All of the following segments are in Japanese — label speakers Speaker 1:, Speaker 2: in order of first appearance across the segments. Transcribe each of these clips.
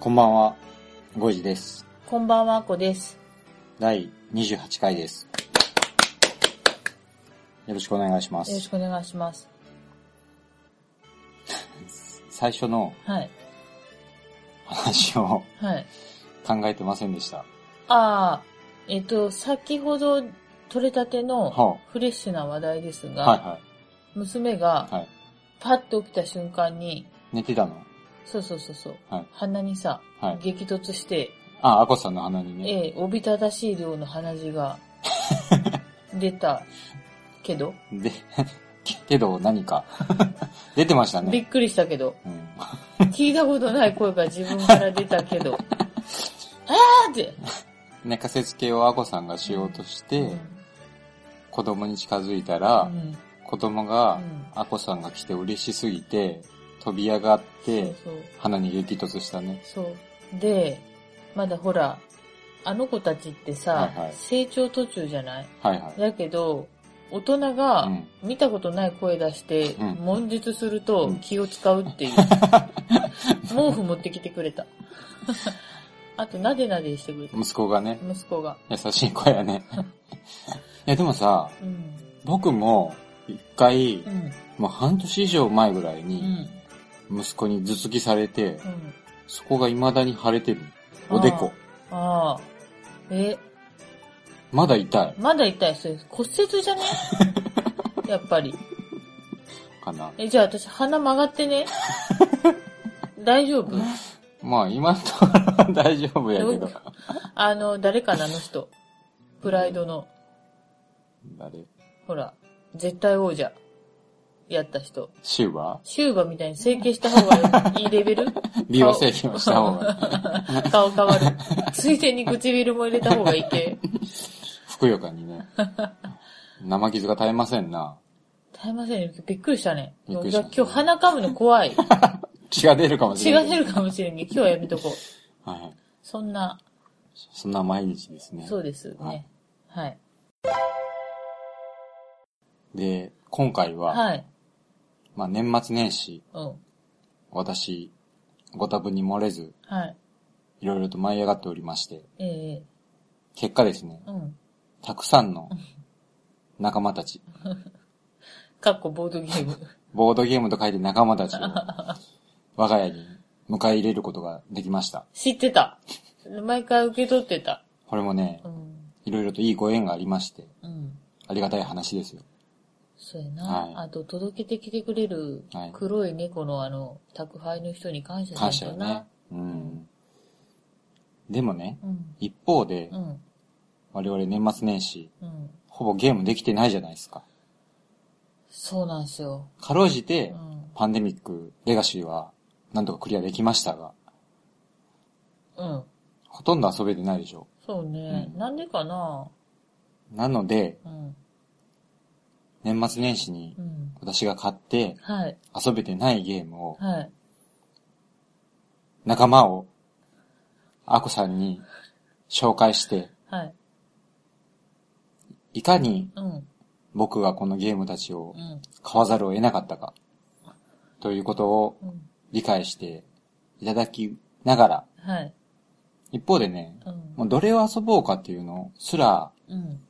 Speaker 1: こんばんは、ゴイジです。
Speaker 2: こんばんはあこです
Speaker 1: 第28回です。よろしくお願いしま
Speaker 2: よろし
Speaker 1: す。
Speaker 2: くお願いします
Speaker 1: 最初の
Speaker 2: はい
Speaker 1: 話を
Speaker 2: はい
Speaker 1: 考えてませんでした。
Speaker 2: ああえっと先ほど取れたて
Speaker 1: は
Speaker 2: のフレッシュな話題ですが、
Speaker 1: はいは
Speaker 2: 娘が
Speaker 1: い。はい。
Speaker 2: パッと起きた瞬間に
Speaker 1: 寝てたの
Speaker 2: そうそうそうそう、
Speaker 1: はい
Speaker 2: 鼻にさ、
Speaker 1: はい
Speaker 2: 激突して、
Speaker 1: あ、アコさんの鼻にね。
Speaker 2: ええ、おびただしい量の鼻血 が出たけど、
Speaker 1: で、 けど何か 出てました
Speaker 2: び
Speaker 1: ね。
Speaker 2: っくりしたけど、
Speaker 1: うん、
Speaker 2: 聞いたことない声が自分から出たけど、あーって、
Speaker 1: 寝かせつけをアコさんがしようとして、
Speaker 2: うん
Speaker 1: 子供に近づいたら、
Speaker 2: うん
Speaker 1: 子供が
Speaker 2: うん
Speaker 1: アコさんが来て嬉しすぎて、飛び上がって、
Speaker 2: そう
Speaker 1: 鼻に激突したね。
Speaker 2: そうそう。で、まだほら、あの子たちってさ、
Speaker 1: はいはい
Speaker 2: 成長途中じゃない
Speaker 1: はいはい。
Speaker 2: だけど、大人が
Speaker 1: うん
Speaker 2: 見たことない声出して、
Speaker 1: うん
Speaker 2: 悶絶する
Speaker 1: う
Speaker 2: と
Speaker 1: ん
Speaker 2: 気を使う っていう。毛布持ってきてくれた。 あと、なでなでしてくれた。
Speaker 1: 息子がね、
Speaker 2: 息子が。
Speaker 1: 優しい子やね。 いや、でもさ、
Speaker 2: うん。
Speaker 1: 僕も、一回
Speaker 2: う、ん。
Speaker 1: もう半年以上前ぐらいうに、
Speaker 2: ん。
Speaker 1: 息子に頭突きされて
Speaker 2: う、ん。
Speaker 1: そこが未だに腫れてる。おでこ。
Speaker 2: ああ。え、
Speaker 1: まだ痛い。
Speaker 2: まだ痛い。それ骨折 じゃねやっぱり。
Speaker 1: かな。
Speaker 2: え、じゃあ私鼻曲がって ね。大丈夫
Speaker 1: まあ、今のところは大丈夫やけ ど
Speaker 2: ど。あの、誰かな、あの人。プライドの。
Speaker 1: 誰
Speaker 2: ほら、絶対王者、やった人。
Speaker 1: シューバ
Speaker 2: シューバみたいに整形した方がいいレベル
Speaker 1: ー 美容整形をした方が、
Speaker 2: 顔変わる。ついでに唇も入れた方がいい系。
Speaker 1: ふくよかにね。生傷が絶えませんな。
Speaker 2: 耐えませんよ。びっくりしたね。
Speaker 1: びっくりした
Speaker 2: いや今日鼻噛むの怖 い。
Speaker 1: 血が出るかもし
Speaker 2: 血
Speaker 1: れな
Speaker 2: が
Speaker 1: い。
Speaker 2: 出るかもしれんけど、今日はやめとこう。
Speaker 1: はいはい。
Speaker 2: そんな、
Speaker 1: そんな毎日ですね。
Speaker 2: そうですね。はい。
Speaker 1: で、今回は、
Speaker 2: はい。
Speaker 1: まあ年末年始、
Speaker 2: うん。
Speaker 1: 私、ご多分に漏れず、
Speaker 2: はい。
Speaker 1: いろいろと舞い上がっておりまして、
Speaker 2: ええ
Speaker 1: 結果ですね、
Speaker 2: うん。
Speaker 1: たくさんの仲間たち、
Speaker 2: かっこボードゲーム。
Speaker 1: ボードゲームと書いて仲間たちを、我が家に迎え入れることができました。
Speaker 2: 知ってた。毎回受け取ってた。
Speaker 1: これもね
Speaker 2: う、ん。
Speaker 1: いろいろといいご縁がありまして、
Speaker 2: うん。
Speaker 1: ありがたい話ですよ。
Speaker 2: そうやな。
Speaker 1: はい
Speaker 2: あと、届けてきてくれる
Speaker 1: はい
Speaker 2: 黒い猫のあの、宅配の人に感謝
Speaker 1: 感
Speaker 2: しない
Speaker 1: 謝よ
Speaker 2: と
Speaker 1: ね
Speaker 2: な。。
Speaker 1: うん。でもね、
Speaker 2: うん。
Speaker 1: 一方で
Speaker 2: う、ん。
Speaker 1: 我々年末年始、
Speaker 2: うん。
Speaker 1: ほぼゲームできてないじゃないですか。
Speaker 2: そうなんですよ。
Speaker 1: かろうじて
Speaker 2: う、ん。
Speaker 1: パンデミック、レガシーは、なんとかクリアできましたが、
Speaker 2: うん。
Speaker 1: ほとんど遊べてないでしょ。
Speaker 2: そうね。
Speaker 1: うん
Speaker 2: な、んでかな
Speaker 1: なので、
Speaker 2: うん。
Speaker 1: 年末年始に
Speaker 2: うん。
Speaker 1: 私が買って
Speaker 2: はい。
Speaker 1: 遊べてないゲームを、
Speaker 2: はい。
Speaker 1: 仲間を、アコさんに紹介して、
Speaker 2: はい。
Speaker 1: いかに
Speaker 2: うん。
Speaker 1: 僕がこのゲームたちを
Speaker 2: うん。
Speaker 1: 買わざるを得なかったか、ということを
Speaker 2: うん。
Speaker 1: 理解していただきながら、
Speaker 2: はい。
Speaker 1: 一方でね、
Speaker 2: うん。
Speaker 1: もうどれを遊ぼうかっていうのすら、
Speaker 2: うん。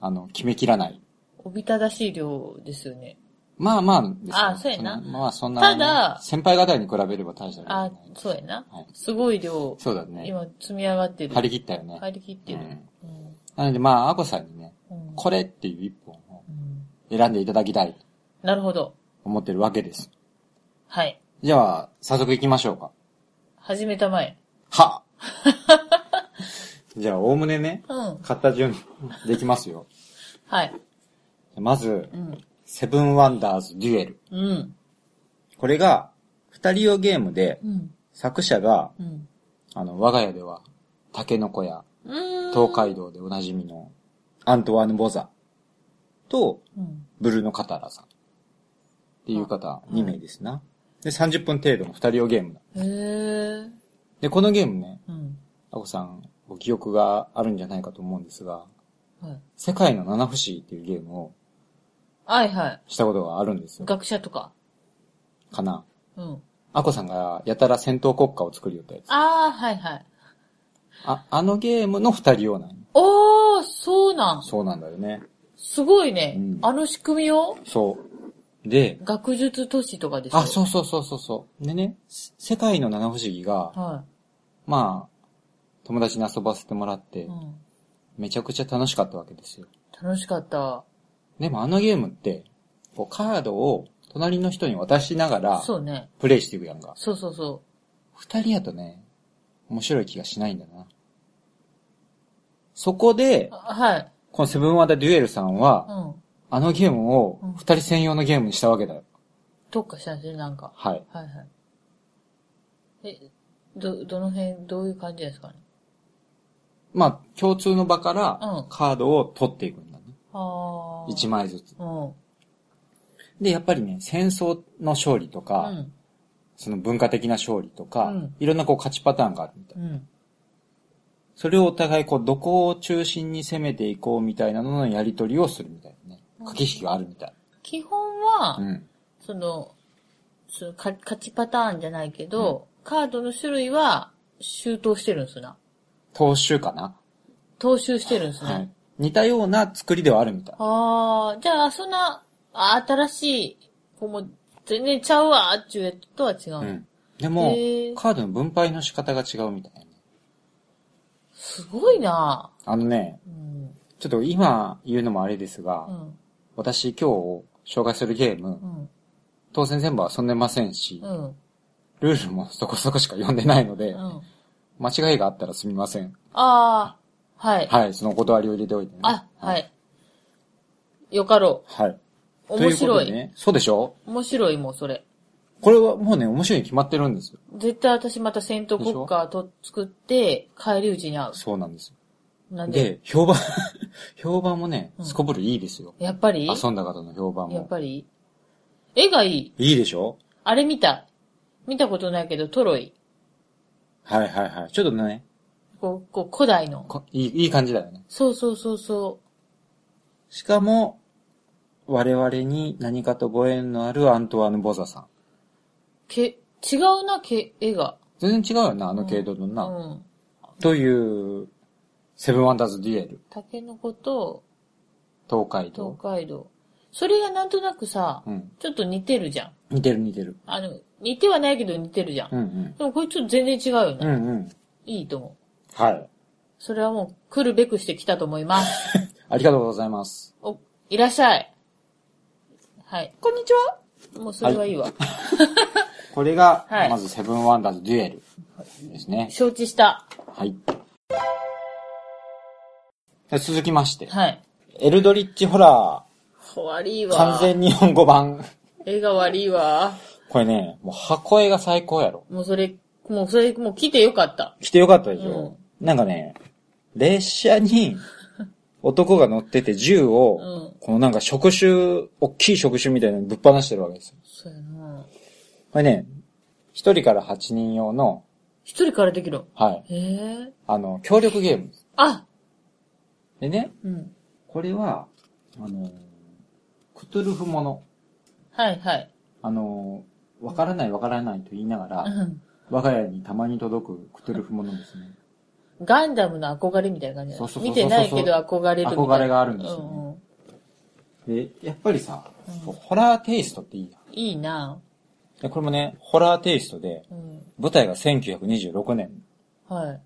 Speaker 1: あの、決めきらない。
Speaker 2: おびただしい量ですよね。
Speaker 1: まあまあですよ
Speaker 2: あそうやな
Speaker 1: そんまあそんな、
Speaker 2: ただ
Speaker 1: 先輩方に比べれば大したことな
Speaker 2: あ
Speaker 1: い。、
Speaker 2: そうやな
Speaker 1: はい。
Speaker 2: すごい量、
Speaker 1: そうだね。
Speaker 2: 今積み上がってる。
Speaker 1: 張り切ったよね。
Speaker 2: 張り切ってる。うん。
Speaker 1: なのでまあ、アコさんにね、
Speaker 2: うん
Speaker 1: これっていう一本を
Speaker 2: うん
Speaker 1: 選んでいただきたいと
Speaker 2: なるほど。
Speaker 1: 思ってるわけです。
Speaker 2: はい。
Speaker 1: じゃあ、早速行きましょうか。
Speaker 2: 始めたまえ。
Speaker 1: は じゃあ、おおむねね、
Speaker 2: うん。
Speaker 1: 買った順できますよ。
Speaker 2: はい。
Speaker 1: まず
Speaker 2: う、ん。
Speaker 1: セブンワンダーズデュエル。
Speaker 2: うん。
Speaker 1: これが、二スタリオゲームで、
Speaker 2: うん。
Speaker 1: 作者が、
Speaker 2: うん。
Speaker 1: あの、我が家では、タケノコや
Speaker 2: うん。
Speaker 1: 東海道でおなじみのアントワーヌ・ボザと、
Speaker 2: うん。
Speaker 1: ブルーノ・カタラさん。っていう方、2名ですな。で、30分程度の二人用ゲームだ。
Speaker 2: へえ。
Speaker 1: で、このゲームね、
Speaker 2: うん。
Speaker 1: アコさん、ご記憶があるんじゃないかと思うんですが、
Speaker 2: はい。
Speaker 1: 世界の七不思議っていうゲームを
Speaker 2: はいはい。
Speaker 1: したことがあるんですよ。
Speaker 2: 学者とか。
Speaker 1: かな。
Speaker 2: うん。
Speaker 1: アコさんがやたら戦闘国家を作りよったやつ。
Speaker 2: ああ、はいはい。
Speaker 1: あ、あのゲームの二人用なんよ
Speaker 2: おー、そうなん。
Speaker 1: そうなんだよね。
Speaker 2: すごいね。
Speaker 1: うん
Speaker 2: あの仕組みを
Speaker 1: そう。で、
Speaker 2: 学術都市とかでしょ
Speaker 1: あ、そうそうそうそうそう。でね、せ世界の七不思議が、
Speaker 2: は
Speaker 1: まあ、友達に遊ばせてもらって
Speaker 2: い。う、ん。
Speaker 1: めちゃくちゃ楽しかったわけですよ。
Speaker 2: 楽しかった。
Speaker 1: でもあのゲームって、こうカードを隣の人に渡しながら、
Speaker 2: そうね。
Speaker 1: プレイしていくやんか。
Speaker 2: そうそうそ
Speaker 1: 二人やとね、面白い気がしないんだな。そこで
Speaker 2: う。、あはい。
Speaker 1: このセブンワダデュエルさんは、
Speaker 2: うん。
Speaker 1: あのゲームを
Speaker 2: うん
Speaker 1: 二人専用のゲームにしたわけだよ。
Speaker 2: 特化したんですね、なんか。
Speaker 1: はい。
Speaker 2: はいはい。え、ど、どの辺、どういう感じですかね。
Speaker 1: まあ、共通の場か
Speaker 2: う
Speaker 1: ら
Speaker 2: ん
Speaker 1: カードを取っていくんだね。
Speaker 2: ああ。
Speaker 1: 一枚ずつ。
Speaker 2: うん。
Speaker 1: で、やっぱりね、戦争の勝利とか、
Speaker 2: うん。
Speaker 1: その文化的な勝利とか、
Speaker 2: うん
Speaker 1: いろんなこう勝ちパターンがあるみたいな。
Speaker 2: うん。
Speaker 1: それをお互いこう、どこを中心に攻めていこうみたいなののやり取りをするみたいなね。駆け引きがあるみたい。
Speaker 2: 基本は、
Speaker 1: うん。
Speaker 2: その、そのか勝ちパターンじゃないけど、カードの種類は、周到してるんすな。
Speaker 1: 投手かな、
Speaker 2: 踏襲してるんですね。
Speaker 1: はい。似たような作りではあるみたい。
Speaker 2: ああ、じゃあ、そんな、あ新しい、こうもう全然ちゃうわ、っちゅうやつとは違うの、
Speaker 1: うん。でも
Speaker 2: へー、
Speaker 1: カードの分配の仕方が違うみたいな。
Speaker 2: すごいな
Speaker 1: あのね、
Speaker 2: うん。
Speaker 1: ちょっと今言うのもあれですが、
Speaker 2: うん。
Speaker 1: 私今日紹介するゲーム
Speaker 2: う、ん。
Speaker 1: 当選全部は遊んでませんし
Speaker 2: う、ん。
Speaker 1: ルールもそこそこしか読んでないので
Speaker 2: う、ん。
Speaker 1: 間違いがあったらすみません。
Speaker 2: ああ、はい。
Speaker 1: はい、そのお断りを入れておいてね。
Speaker 2: あ、はい。よかろ
Speaker 1: はい。
Speaker 2: う。面白
Speaker 1: とうこと
Speaker 2: い。
Speaker 1: でね。そうでしょ
Speaker 2: 面白いもん、それ。
Speaker 1: これはもうね、面白いに決まってるんですよ。
Speaker 2: 絶対私また戦闘国家と作って、帰り討ちに会
Speaker 1: そうなんです。
Speaker 2: う。なんで
Speaker 1: で、評判、 評判もね、すこぶるいいですよ。
Speaker 2: やっぱり
Speaker 1: 遊んだ方の評判
Speaker 2: やっ
Speaker 1: も。
Speaker 2: ぱり絵がいい。
Speaker 1: いいでしょ
Speaker 2: あれ見た。見たことないけど、トロイ。
Speaker 1: はいはいはい。ちょっとね、
Speaker 2: こう、こう古代の。
Speaker 1: こいいいい感じだよね。
Speaker 2: そうそうそうそ
Speaker 1: しかも、我々に何かとご縁のあるアントワーヌ・ボザさん。
Speaker 2: う。け、違うな、け、絵が。
Speaker 1: 全然違うよな、あの系統の
Speaker 2: う
Speaker 1: な。
Speaker 2: ん。
Speaker 1: という、セブンワンダーズ・デュエル、
Speaker 2: タケノコと
Speaker 1: 東海
Speaker 2: 東
Speaker 1: 道。
Speaker 2: 海道。それがなんとなくさ、
Speaker 1: うん。
Speaker 2: ちょっと似てるじゃん。
Speaker 1: 似てる似てる。
Speaker 2: あの、似てはないけど似てるじゃん。
Speaker 1: うんうん。
Speaker 2: でもこれちょっと全然違うよ
Speaker 1: う
Speaker 2: ね。
Speaker 1: んうん。
Speaker 2: いいと思う。
Speaker 1: はい。
Speaker 2: それはもう来るべくして来たと思います。
Speaker 1: ありがとうございます。
Speaker 2: お、いらっしゃい。はい。
Speaker 1: こんにちは。
Speaker 2: もうそれはいいわ。
Speaker 1: これが、
Speaker 2: はい
Speaker 1: まずセブンワンダーズ・デュエルですね。
Speaker 2: 承知した。
Speaker 1: はい。で続きまして、
Speaker 2: はい。
Speaker 1: エルドリッチホラ
Speaker 2: 悪い
Speaker 1: ー、
Speaker 2: わ。
Speaker 1: 完全日本語版。
Speaker 2: 絵が悪いわ。
Speaker 1: これね、もう箱絵が最高やろ。
Speaker 2: もうそれ、もうそれ、もう来てよかった。
Speaker 1: 来てよかったでしょ、なんかね、列車に男が乗ってて銃を、
Speaker 2: うん
Speaker 1: このなんか触手、大きい触手みたいなのにぶっ放してるわけですよ。
Speaker 2: そうやな
Speaker 1: これね、一人から八人用の、
Speaker 2: 一人からできるの。
Speaker 1: はい、
Speaker 2: へえ。
Speaker 1: あの、協力ゲームです。
Speaker 2: あ
Speaker 1: でね、
Speaker 2: うん。
Speaker 1: これは、あのー、クトゥルフもの。
Speaker 2: はいはい。
Speaker 1: あのー、わからないわからないと言いながら、
Speaker 2: うん
Speaker 1: 我が家にたまに届くクトゥルフものですね。
Speaker 2: ガンダムの憧れみたいな感じだ
Speaker 1: そうそうそうそう
Speaker 2: 見てないけど憧れるみたいな。
Speaker 1: 憧れがあるんですよね
Speaker 2: うんうん
Speaker 1: で、やっぱりさ、ホラーテイストっていいや
Speaker 2: いいな
Speaker 1: でこれもね、ホラーテイストで、
Speaker 2: うん。
Speaker 1: 舞台が1926年。
Speaker 2: はい。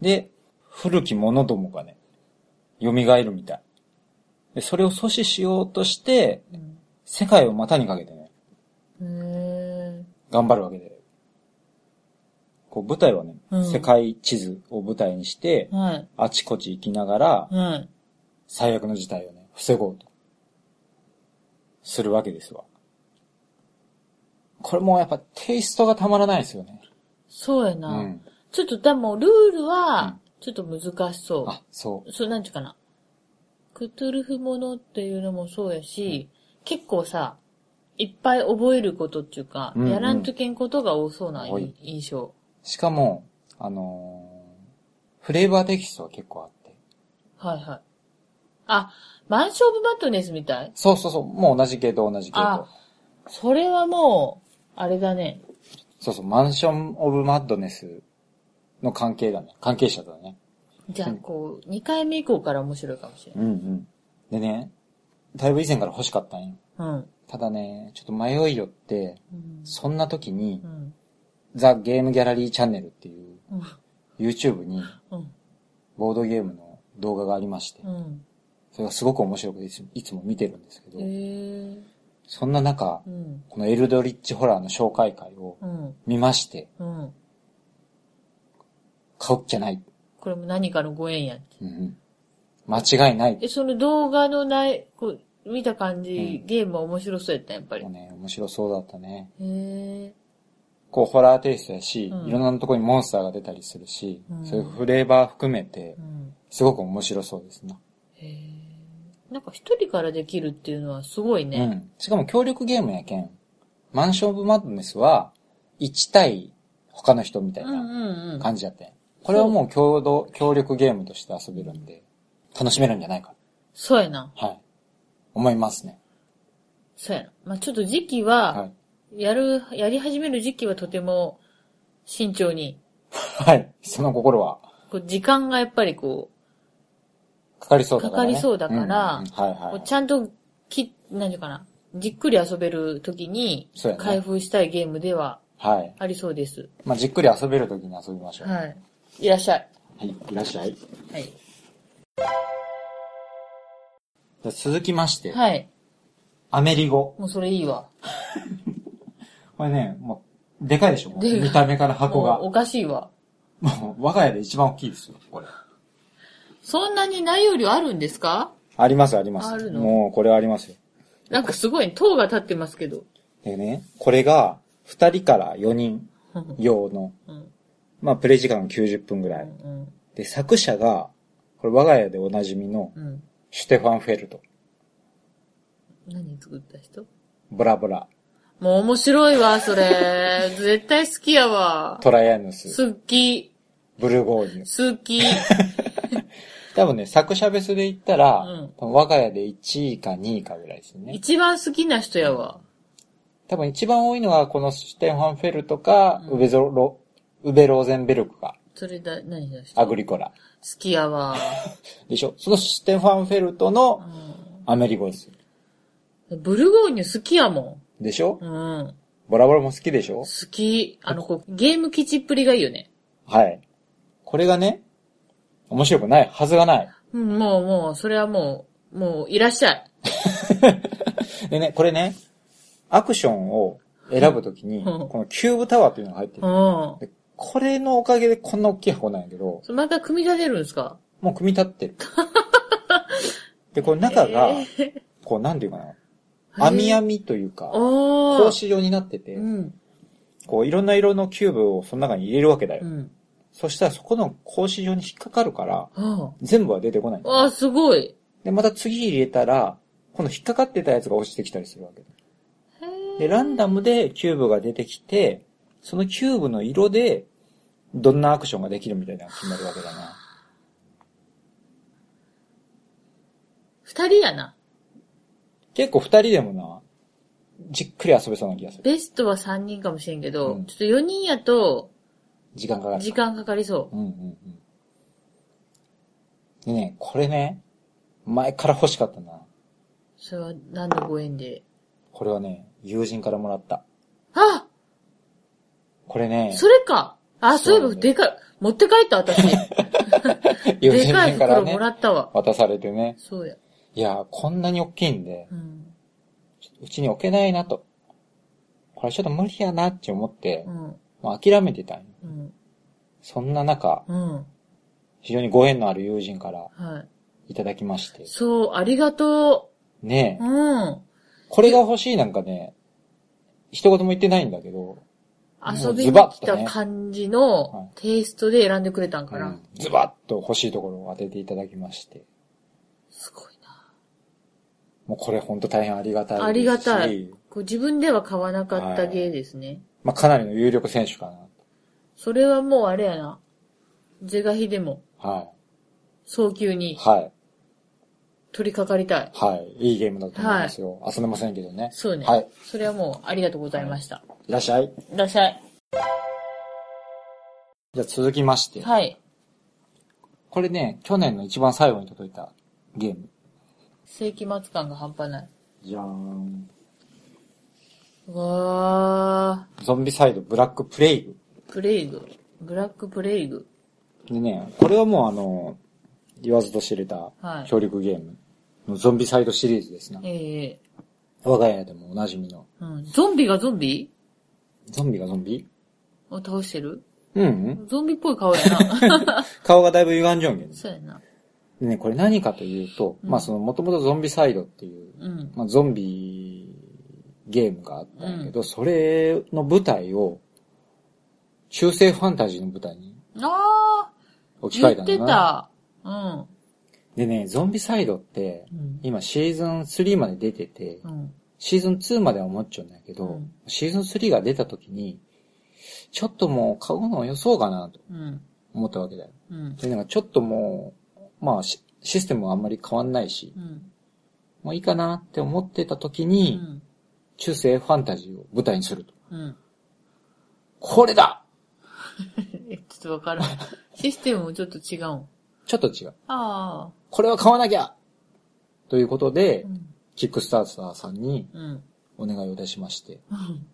Speaker 1: で、古き者どもがね、蘇るみたい。で、それを阻止しようとして、
Speaker 2: うん
Speaker 1: 世界を股にかけてね、
Speaker 2: へえ。
Speaker 1: 頑張るわけで。こう、舞台はね、
Speaker 2: うん
Speaker 1: 世界地図を舞台にして、
Speaker 2: はい。
Speaker 1: あちこち行きながら、
Speaker 2: はい。
Speaker 1: 最悪の事態をね、防ごうと。するわけですわ。これもやっぱテイストがたまらないですよね。
Speaker 2: そうやな。
Speaker 1: うん
Speaker 2: ちょっと、でも、ルールは、ちょっと難しそう。
Speaker 1: あ、そう。
Speaker 2: そう、なんていうかな。クトゥルフものっていうのもそうやし、結構さ、いっぱい覚えることっていうか、
Speaker 1: うんうん
Speaker 2: やらんとけんことが多そうな
Speaker 1: 多い
Speaker 2: 印象。
Speaker 1: しかも、あのーフレーバーテキストは結構あって。
Speaker 2: はいはい。あ、マンションオブマットネスみたい
Speaker 1: そうそうそう、もう同じ系統同じ系統
Speaker 2: あ。、それはもう、あれだね。
Speaker 1: そうそう、マンション・オブ・マッドネスの関係だね。関係者だね。
Speaker 2: じゃあ、こう、2回目以降から面白いかもしれ
Speaker 1: うんうん。でね、だいぶ以前から欲しかったんよ。
Speaker 2: ない。うん。
Speaker 1: ただね、ちょっと迷いよって、
Speaker 2: うん。
Speaker 1: そんな時に
Speaker 2: う、ん。
Speaker 1: ザ・ゲーム・ギャラリー・チャンネルっていう、
Speaker 2: うん
Speaker 1: YouTube に
Speaker 2: うん。
Speaker 1: ボードゲームの動画がありまして
Speaker 2: う、ん。
Speaker 1: それがすごく面白くていつもいつも見てるんですけ
Speaker 2: え
Speaker 1: ど、
Speaker 2: ー。
Speaker 1: そんな中
Speaker 2: う、ん。
Speaker 1: このエルドリッチホラーの紹介会を
Speaker 2: うん。
Speaker 1: 見まして、
Speaker 2: うん。
Speaker 1: 買うっきゃない。
Speaker 2: これも何かのご縁や。
Speaker 1: うんうん、間違いない。
Speaker 2: え、その動画のない、こう、見た感じ、
Speaker 1: う
Speaker 2: ゲームは面白そうやったん、やっぱり。
Speaker 1: もう
Speaker 2: へ
Speaker 1: ね、面白そうだったね。
Speaker 2: え。
Speaker 1: こう、ホラーテイストやし、
Speaker 2: うん
Speaker 1: いろんなとこにモンスターが出たりするし、
Speaker 2: うん
Speaker 1: そういうフレーバー含めて
Speaker 2: う、ん。
Speaker 1: すごく面白そうですな。
Speaker 2: へえ。なんか一人からできるっていうのはすごいね。
Speaker 1: うん。しかも協力ゲームやけん、マンション・オブ・マッドネスは、1対他の人みたいうなん
Speaker 2: うんうん。
Speaker 1: 感じやってん。これはもう共同、協力ゲームとして遊べるんで、楽しめるんじゃないか。
Speaker 2: そうやな。
Speaker 1: はい。思いますね。
Speaker 2: そうやな。まあちょっと時期
Speaker 1: は
Speaker 2: は、
Speaker 1: い。
Speaker 2: やる、やり始める時期はとても慎重に。
Speaker 1: はい。その心は、
Speaker 2: こう時間がやっぱりこ
Speaker 1: かかりそうだから、ね。
Speaker 2: かかりそうだから
Speaker 1: んんはいは
Speaker 2: う、
Speaker 1: い
Speaker 2: こ
Speaker 1: は
Speaker 2: う
Speaker 1: い。
Speaker 2: ちゃんとき、何ていうかな。じっくり遊べる時に
Speaker 1: そうや、ね
Speaker 2: 開封したいゲームでは
Speaker 1: はい。
Speaker 2: ありそうです。
Speaker 1: まあ、じっくり遊べるときに遊びましょう。
Speaker 2: はい。いらっしゃい。
Speaker 1: はい。いらっしゃい。じ
Speaker 2: はい。
Speaker 1: ゃあ続きまして、
Speaker 2: はい。
Speaker 1: アメリゴ。
Speaker 2: もうそれいいわ。
Speaker 1: これね、もう、でかいでしょもう
Speaker 2: でかい
Speaker 1: 見た目から箱が。
Speaker 2: もうおかしいわ。
Speaker 1: もう、我が家で一番大きいですよ、これ。
Speaker 2: そんなに内容量あるんですか
Speaker 1: あります、あります。
Speaker 2: あるの
Speaker 1: もう、これはありますよ。
Speaker 2: なんかすごい、塔が立ってますけど。
Speaker 1: でね、これが、二人から四人
Speaker 2: うん
Speaker 1: 用の、
Speaker 2: うん
Speaker 1: まあ、プレイ時間が90分ぐらい。
Speaker 2: うん
Speaker 1: で、作者が、これ我が家でおなじみの、
Speaker 2: うん。
Speaker 1: シュテファン・フェルト。
Speaker 2: 何作った人
Speaker 1: ブラブラ、
Speaker 2: もう面白いわ、それ。絶対好きやわ。
Speaker 1: トライアヌス、
Speaker 2: 好き。
Speaker 1: ブルゴーニュ。
Speaker 2: 好き。
Speaker 1: 多分ね、作者別で言ったら、
Speaker 2: うん
Speaker 1: 多分我が家で1位か2位かぐらいですね。
Speaker 2: 一番好きな人やわ。
Speaker 1: 多分一番多いのはこのシュテンファンフェルトか、ウベゾロ、ウベローゼンベルクか、
Speaker 2: それだ、何だ人
Speaker 1: ア
Speaker 2: 好
Speaker 1: グリコラ。
Speaker 2: きやわ。
Speaker 1: でしょそのシュテンファンフェルトのアメリゴですよ。
Speaker 2: ブルゴーニュ好きやも
Speaker 1: でしょ
Speaker 2: ん。うん。
Speaker 1: ボラボラも好きでしょ
Speaker 2: 好き。あの、こう、ゲーム基地っぷりがいいよね。
Speaker 1: はい。これがね、面白くないはずがない。
Speaker 2: うん、もう、もう、それはもう、もう、いらっしゃい。
Speaker 1: でね、これね、アクションを選ぶときに、
Speaker 2: うん
Speaker 1: このキューブタワーっていうのが入って
Speaker 2: う
Speaker 1: る。
Speaker 2: ん。
Speaker 1: でこれのおかげでこんな大きい箱なんやけど、
Speaker 2: それまた組み立てるんですか
Speaker 1: もう組み立っ てる。で、この中が、こう、なんていうかな、網網というか、
Speaker 2: おー。
Speaker 1: 格子状になってて、
Speaker 2: うん。
Speaker 1: こう、いろんな色のキューブをその中に入れるわけだよ。
Speaker 2: うん。
Speaker 1: そしたらそこの格子状に引っかかるから、
Speaker 2: あ
Speaker 1: 全部は出てこない
Speaker 2: あ。。わあ、すごい。
Speaker 1: で、また次入れたら、この引っかかってたやつが落ちてきたりするわけ。で、ランダムでキューブが出てきて、そのキューブの色で、どんなアクションができるみたいなのが決まるわけだな。
Speaker 2: 二人やな。
Speaker 1: 結構二人でもな、じっくり遊べそうな気がする。
Speaker 2: ベストは三人かもしれんけど、
Speaker 1: うん
Speaker 2: ちょっと四人やと、
Speaker 1: 時間かかる。
Speaker 2: 時間かかりそう
Speaker 1: う。んうんうん。でね、これね、前から欲しかったな。
Speaker 2: それは何のご縁で。
Speaker 1: これはね、友人からもらった。
Speaker 2: あ
Speaker 1: これね、
Speaker 2: それかあ、
Speaker 1: そ
Speaker 2: そうういえ
Speaker 1: ね
Speaker 2: ば、でかい。持って帰った、私。
Speaker 1: 友
Speaker 2: で
Speaker 1: 人
Speaker 2: かい
Speaker 1: から
Speaker 2: 袋
Speaker 1: ね
Speaker 2: も、らったわ。
Speaker 1: 渡されてね。
Speaker 2: そうや。
Speaker 1: いやー、こんなに大きいんで
Speaker 2: う、ん。
Speaker 1: うちに置けないなと。これちょっと無理やなって思って
Speaker 2: う、ん。
Speaker 1: もう諦めてたんよ。
Speaker 2: うん。
Speaker 1: そんな中、
Speaker 2: うん。
Speaker 1: 非常にご縁のある友人から
Speaker 2: はい。
Speaker 1: いただきまして。
Speaker 2: そう、ありがと
Speaker 1: ね
Speaker 2: う。
Speaker 1: え、
Speaker 2: うん。
Speaker 1: これが欲しいなんかね、一言も言ってないんだけど、
Speaker 2: 遊び
Speaker 1: ズ
Speaker 2: に
Speaker 1: バ
Speaker 2: 来
Speaker 1: ッとね
Speaker 2: た感じ
Speaker 1: はい
Speaker 2: のテイストで選んでくれたんか
Speaker 1: う
Speaker 2: な。
Speaker 1: んズバッと欲しいところを当てていただきまして、
Speaker 2: すごいな。
Speaker 1: もうこれほんと大変ありがたいですし。
Speaker 2: ありがたい。こう自分では買わなかった芸ですね。
Speaker 1: まあ、かなりの有力選手かな
Speaker 2: それはもうあれやな。ゼガヒでも
Speaker 1: と。は
Speaker 2: 早急
Speaker 1: い。
Speaker 2: に
Speaker 1: はい。
Speaker 2: 取り掛かりたい。
Speaker 1: はい。いいゲームだと思いますよ。遊べませんけどね。
Speaker 2: そうね。
Speaker 1: はい。
Speaker 2: それはもうありがとうございました。
Speaker 1: いらっしゃい。
Speaker 2: いらっしゃい。
Speaker 1: じゃあ続きまして。
Speaker 2: はい。
Speaker 1: これね、去年の一番最後に届いたゲーム。
Speaker 2: 世紀末感が半端ない。
Speaker 1: じゃーん。
Speaker 2: うわ
Speaker 1: ゾンビサイドブラックプレイグ。
Speaker 2: ー。プレイグ。ブラックプレイグ。
Speaker 1: でね、これはもうあの、言わずと知れた
Speaker 2: はい
Speaker 1: 協力ゲームのゾンビサイドシリーズですな。
Speaker 2: ええ
Speaker 1: 我が家でもおなじみの。
Speaker 2: うん。ゾンビがゾンビ
Speaker 1: ゾンビがゾンビ
Speaker 2: を倒してる
Speaker 1: うん、うん、
Speaker 2: ゾンビっぽい顔やな。
Speaker 1: 顔がだいぶ歪んじゃうんけどね。
Speaker 2: そうやな。
Speaker 1: でね、これ何かというと、
Speaker 2: うん
Speaker 1: まあその、もともとゾンビサイドっていう、
Speaker 2: うん。
Speaker 1: まあゾンビゲームがあったんやけど、それの舞台を、中世ファンタジーの舞台に
Speaker 2: あ
Speaker 1: 置
Speaker 2: ー
Speaker 1: き換え
Speaker 2: 言
Speaker 1: た
Speaker 2: って
Speaker 1: んだな。
Speaker 2: た。うん。
Speaker 1: でね、ゾンビサイドって、
Speaker 2: うん。
Speaker 1: 今シーズン3まで出てて、
Speaker 2: うん。
Speaker 1: シーズン2までは思っちゃうんだけど、
Speaker 2: うん
Speaker 1: シーズン3が出た時に、ちょっともう買うのを予想かなと
Speaker 2: うん。
Speaker 1: 思ったわけだよ。
Speaker 2: うん。
Speaker 1: で、なんかちょっともう、まあシシステムはあんまり変わんないし、
Speaker 2: うん。
Speaker 1: もういいかなって思ってた時
Speaker 2: う
Speaker 1: に、
Speaker 2: ん。
Speaker 1: 中世ファンタジーを舞台にすると。
Speaker 2: うん。
Speaker 1: これだ
Speaker 2: え、ちょっとわからん。システムもちょっと違うん。
Speaker 1: ちょっと違う。
Speaker 2: ああ。
Speaker 1: これは買わなきゃということで、
Speaker 2: うん。
Speaker 1: キックスターターさんに
Speaker 2: うん。
Speaker 1: お願いをいたしまして、
Speaker 2: うん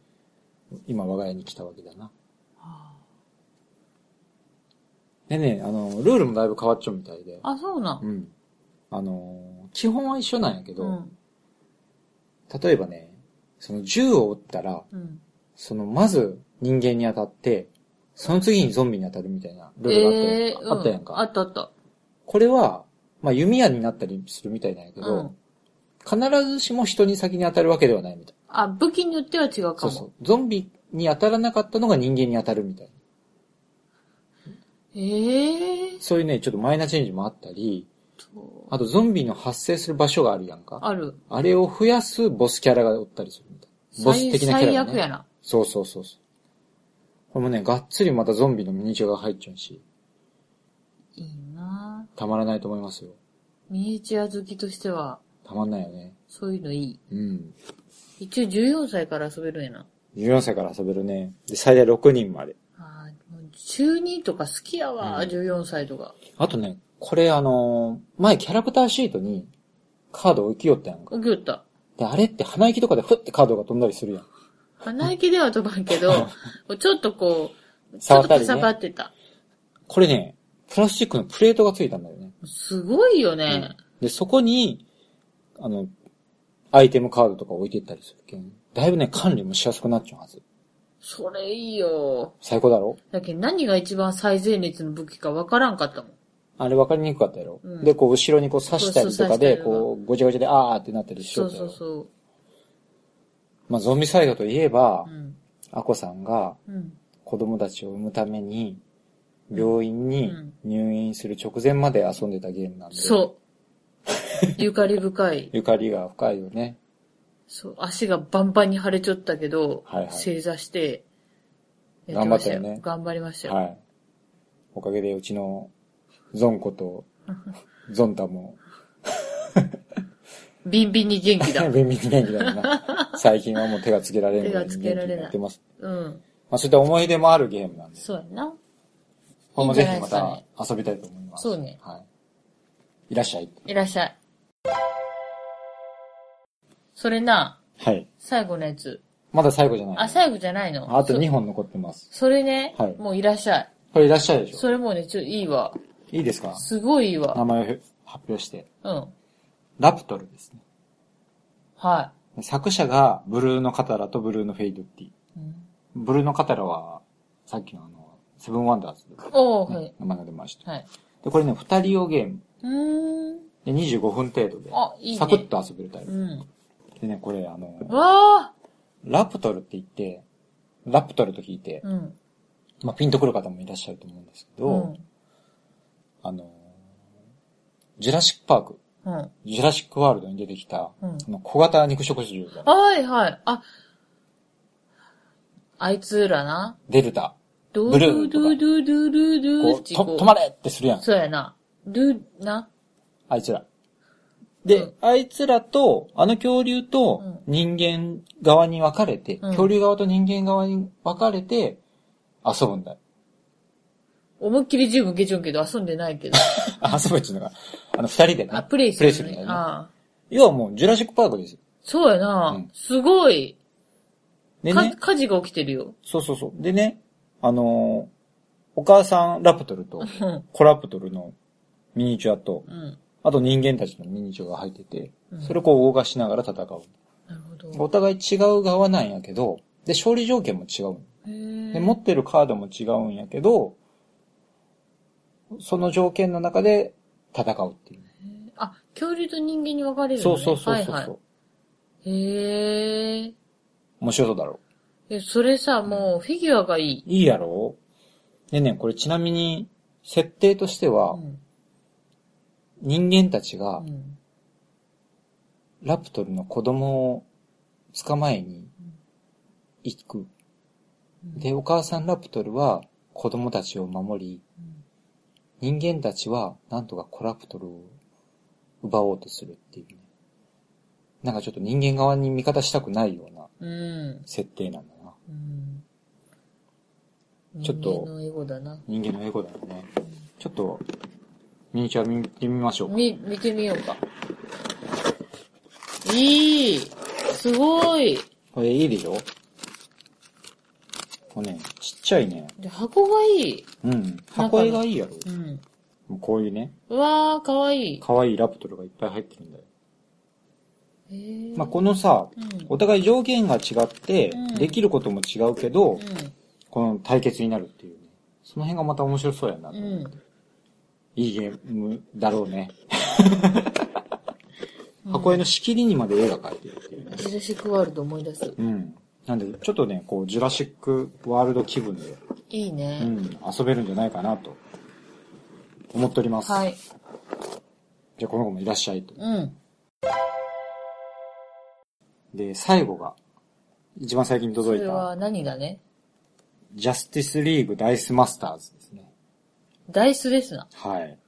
Speaker 1: 今我が家に来たわけだな。
Speaker 2: あ
Speaker 1: でね、あの、ルールもだいぶ変わっちゃうみたいで
Speaker 2: ー、あ、そうなん。
Speaker 1: うん。あのー基本は一緒なんやけど、
Speaker 2: うん。
Speaker 1: 例えばね、その銃を撃ったら、
Speaker 2: うん。
Speaker 1: そのまず人間に当たって、その次にゾンビに当たるみたいなルールがあったやん
Speaker 2: ええ
Speaker 1: か。
Speaker 2: ー、
Speaker 1: あったやんか
Speaker 2: うあったあった。
Speaker 1: これは、まあ弓矢になったりするみたいなんやけ
Speaker 2: う
Speaker 1: ど、
Speaker 2: ん。
Speaker 1: 必ずしも人に先に当たるわけではないみたい。
Speaker 2: あ、武器によっては違うか
Speaker 1: そう
Speaker 2: も。
Speaker 1: そう。ゾンビに当たらなかったのが人間に当たるみたいな。
Speaker 2: ええー、
Speaker 1: そういうね、ちょっとマイナーチェンジもあったり、
Speaker 2: そう
Speaker 1: あとゾンビの発生する場所があるやんか。
Speaker 2: ある。
Speaker 1: あれを増やすボスキャラがおったりするみたいな。ボス
Speaker 2: 最
Speaker 1: 的なキャラ
Speaker 2: 最
Speaker 1: が、ね。
Speaker 2: 悪やな。
Speaker 1: そうそうそうそう。これもね、がっつりまたゾンビのミニチュアが入っちゃうし、
Speaker 2: いいな
Speaker 1: たまらないと思いますよ。
Speaker 2: ミニチュア好きとしては、
Speaker 1: たまんないよね。
Speaker 2: そういうのいい。
Speaker 1: うん。
Speaker 2: 一応14歳から遊べるんやな。
Speaker 1: 14歳から遊べるね。で、最大6人まで。
Speaker 2: あーもう中2とか好きやわ、
Speaker 1: うん
Speaker 2: 14歳とか。
Speaker 1: あとね、これあのー前キャラクターシートにカードを置きよったやんか。
Speaker 2: 起きよった。
Speaker 1: で、あれって鼻息とかでふってカードが飛んだりするやん。
Speaker 2: 鼻息では飛ばんけど、ちょっとこう、ちょ
Speaker 1: 触
Speaker 2: っ
Speaker 1: っ
Speaker 2: と
Speaker 1: たりね
Speaker 2: かさばってた。
Speaker 1: これね、プラスチックのプレートがついたんだよね。
Speaker 2: すごいよね。
Speaker 1: で、そこに、あの、アイテムカードとか置いてったりするけん。だいぶね、管理もしやすくなっちゃうはず。
Speaker 2: それいいよ。
Speaker 1: 最高だろ
Speaker 2: だけど何が一番最前列の武器かわからんかったもん。
Speaker 1: あれ分かりにくかったやろ、
Speaker 2: うん
Speaker 1: で、こう、後ろにこう刺したりとか
Speaker 2: そう
Speaker 1: で、
Speaker 2: そう刺したり
Speaker 1: こう、ごちゃごちゃで、あーってなったりし
Speaker 2: そ
Speaker 1: よ
Speaker 2: う
Speaker 1: ったや
Speaker 2: そ
Speaker 1: ろ
Speaker 2: うそう。
Speaker 1: まあ、ゾンビサイドといえば
Speaker 2: う、ん。
Speaker 1: アコさんが
Speaker 2: うん。
Speaker 1: 子供たちを産むために、病院に
Speaker 2: うん
Speaker 1: 入院する直前まで遊んでたゲームなんで。
Speaker 2: そう。 ゆかり深い。
Speaker 1: ゆかりが深いよね。
Speaker 2: そう。足がバンバンに腫れちゃったけど、
Speaker 1: はいはい
Speaker 2: 正座して、やってましたよ。
Speaker 1: 頑張ったよね
Speaker 2: 頑張りましたよ。
Speaker 1: はい。おかげで、うちの、ゾン コと、ゾンタも、
Speaker 2: ビンビンに元 気だ。
Speaker 1: 便利に元気だ よな。最近はもう手がつけられない。
Speaker 2: 手がつけられない
Speaker 1: やってます。
Speaker 2: うん。
Speaker 1: まあそういった思い出もあるゲームなんで。
Speaker 2: そうやな。
Speaker 1: これも
Speaker 2: いいん
Speaker 1: ぜ
Speaker 2: じゃない
Speaker 1: ひ
Speaker 2: で
Speaker 1: ます
Speaker 2: かね
Speaker 1: た遊びたいと思います。
Speaker 2: そうね
Speaker 1: はい。いらっしゃい。
Speaker 2: いらっしゃい。それな、
Speaker 1: はい。
Speaker 2: 最後のやつ。
Speaker 1: まだ最後じゃない。
Speaker 2: あ、最後じゃないの
Speaker 1: あと2
Speaker 2: そ
Speaker 1: 本残ってます。
Speaker 2: それね、
Speaker 1: はい
Speaker 2: もういらっしゃい。
Speaker 1: これいらっしゃいでしょ
Speaker 2: それもうね、ちょ、いいわ。
Speaker 1: いいですか
Speaker 2: すごいいい
Speaker 1: 名
Speaker 2: わ。
Speaker 1: 前を発表して。
Speaker 2: うん。
Speaker 1: ラプトルですね。
Speaker 2: は
Speaker 1: 作者がブルーのカタラとブルーのフェイドティー。
Speaker 2: い。うん、
Speaker 1: ブルーのカタラは、さっきのあの、セブンワンダーズで、
Speaker 2: おー、は
Speaker 1: ね
Speaker 2: い。
Speaker 1: 名前が出ました。
Speaker 2: はい。
Speaker 1: で、これね、二人用ゲーム。
Speaker 2: うーん。
Speaker 1: で、25分程度で
Speaker 2: あいい、ね
Speaker 1: サクッと遊べるタイプ
Speaker 2: う。ん。
Speaker 1: でね、これ、あの、
Speaker 2: わあ
Speaker 1: ラプトルって言って、ラプトルと聞いて、
Speaker 2: うん。
Speaker 1: まあ、ピンとくる方もいらっしゃると思うんですけど、
Speaker 2: うん。
Speaker 1: あの、ジュラシックパーク、
Speaker 2: うん。
Speaker 1: ジュラシックワールドに出てきた、
Speaker 2: うん
Speaker 1: あの小型肉食獣が、
Speaker 2: はいはい。あ、あいつらな。
Speaker 1: デルタ、
Speaker 2: ドゥ
Speaker 1: ブ
Speaker 2: ド
Speaker 1: ル
Speaker 2: ゥ
Speaker 1: ー
Speaker 2: ドゥドゥドゥドゥド
Speaker 1: こ
Speaker 2: ゥ
Speaker 1: う、
Speaker 2: って
Speaker 1: と
Speaker 2: こう
Speaker 1: 止まれってするやん、
Speaker 2: そうやな。ドゥ、な。
Speaker 1: あいつら。で、
Speaker 2: うん
Speaker 1: あいつらと、あの恐竜と
Speaker 2: うん
Speaker 1: 人間側に分かれて、
Speaker 2: うん
Speaker 1: 恐竜側と人間側に分かれて遊ぶんだよ。
Speaker 2: 思いっきり十分受けちゃうけど、遊んでないけど。
Speaker 1: あ遊ぶっていうのが、あの、二人でね。
Speaker 2: あ、プレイす
Speaker 1: プレ
Speaker 2: る
Speaker 1: イするん
Speaker 2: ね
Speaker 1: だ。よね。
Speaker 2: ああ
Speaker 1: 要はもう、ジュラシックパークですよ。
Speaker 2: そうやな、
Speaker 1: うん
Speaker 2: すごい、
Speaker 1: で
Speaker 2: か
Speaker 1: ね、
Speaker 2: 火事が起きてるよ。
Speaker 1: そうそうそう。でね、あのーお母さんラプトルと、
Speaker 2: うん。
Speaker 1: コラプトルのミニチュアと、
Speaker 2: うん。
Speaker 1: あと人間たちのミニチュアが入ってて
Speaker 2: う、ん
Speaker 1: それをこう動かしながら戦う。
Speaker 2: なるほど。
Speaker 1: お互い違う側なんやけど、で、勝利条件も違う。
Speaker 2: へえ
Speaker 1: で、持ってるカードも違うんやけど、その条件の中で戦うっていう。
Speaker 2: あ、恐竜と人間に分かれる
Speaker 1: そ
Speaker 2: の、
Speaker 1: う
Speaker 2: ね、
Speaker 1: そうそうそう。
Speaker 2: はい
Speaker 1: そ
Speaker 2: は
Speaker 1: う
Speaker 2: い。へえ。
Speaker 1: 面白そうだろ
Speaker 2: え、それさ、もうフィギュアがいい。
Speaker 1: う。いいやろでね、これちなみに、設定として
Speaker 2: う
Speaker 1: は、
Speaker 2: ん。
Speaker 1: 人間たちが
Speaker 2: う、ん。
Speaker 1: ラプトルの子供を捕まえに行く。で、お母さんラプトルは子供たちを守り、
Speaker 2: うん
Speaker 1: 人間たちはなんとかコラプトルを奪おうとするっていうね。なんかちょっと人間側に味方したくないような
Speaker 2: うん。
Speaker 1: 設定なんだな。
Speaker 2: うん。
Speaker 1: ちょっと
Speaker 2: 人間の英語だな。
Speaker 1: 人間のエゴだよね。ちょっと、ミニチュア見てみましょうか。
Speaker 2: み、見てみようか。いいすごい
Speaker 1: これいいでしょこれね、ちっちゃいね。
Speaker 2: で箱がいい。
Speaker 1: うん。箱絵がいいやろ。
Speaker 2: うん。
Speaker 1: もうこういうね、
Speaker 2: うわー、かわいい。
Speaker 1: 可愛いラプトルがいっぱい入ってるんだよ。
Speaker 2: へー
Speaker 1: まあ、このさ、
Speaker 2: うん
Speaker 1: お互い条件が違って
Speaker 2: うん、
Speaker 1: できることも違うけど、
Speaker 2: う
Speaker 1: この対決になるっていうね。その辺がまた面白そうやなと。
Speaker 2: ん。うん。
Speaker 1: いいゲームだろうね。箱絵の仕切りにまで絵が描いてるっていうね。
Speaker 2: ジュラシックワールド思い出す。
Speaker 1: うん。なんで、ちょっとね、こう、ジュラシックワールド気分で、
Speaker 2: いいうね。
Speaker 1: ん、遊べるんじゃないかなと、思っております。
Speaker 2: はい。
Speaker 1: じゃあ、この子もいらっしゃいと。
Speaker 2: うん。
Speaker 1: で、最後が、一番最近
Speaker 2: そ
Speaker 1: 届い
Speaker 2: れ
Speaker 1: た、
Speaker 2: は何だね
Speaker 1: ジャスティスリーグダイスマスターズですね。
Speaker 2: ダイスですな。
Speaker 1: はい。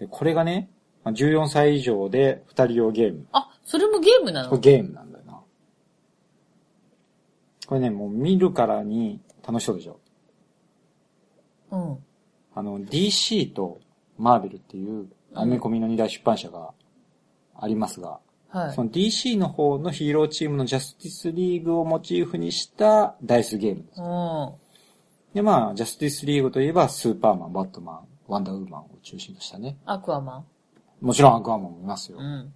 Speaker 1: でこれがね、まあ14歳以上で2人用ゲーム。
Speaker 2: あ、それもゲームな
Speaker 1: これ
Speaker 2: の
Speaker 1: ゲームなんだよな。これね、もう見るからに楽しそうでしょ。
Speaker 2: うん。
Speaker 1: あの、DC とマーベルっていうアメコミの2大出版社がありますが、
Speaker 2: はい
Speaker 1: そ。の DC の方のヒーローチームのジャスティスリーグをモチーフにしたダイスゲームです。
Speaker 2: う
Speaker 1: で、まあ、ジャスティスリーグといえばスーパーマン、バットマン、ワンダーウーマンを中心としたね。
Speaker 2: ん。アクアマ
Speaker 1: もちろんアクアマンもいますよ。
Speaker 2: ン。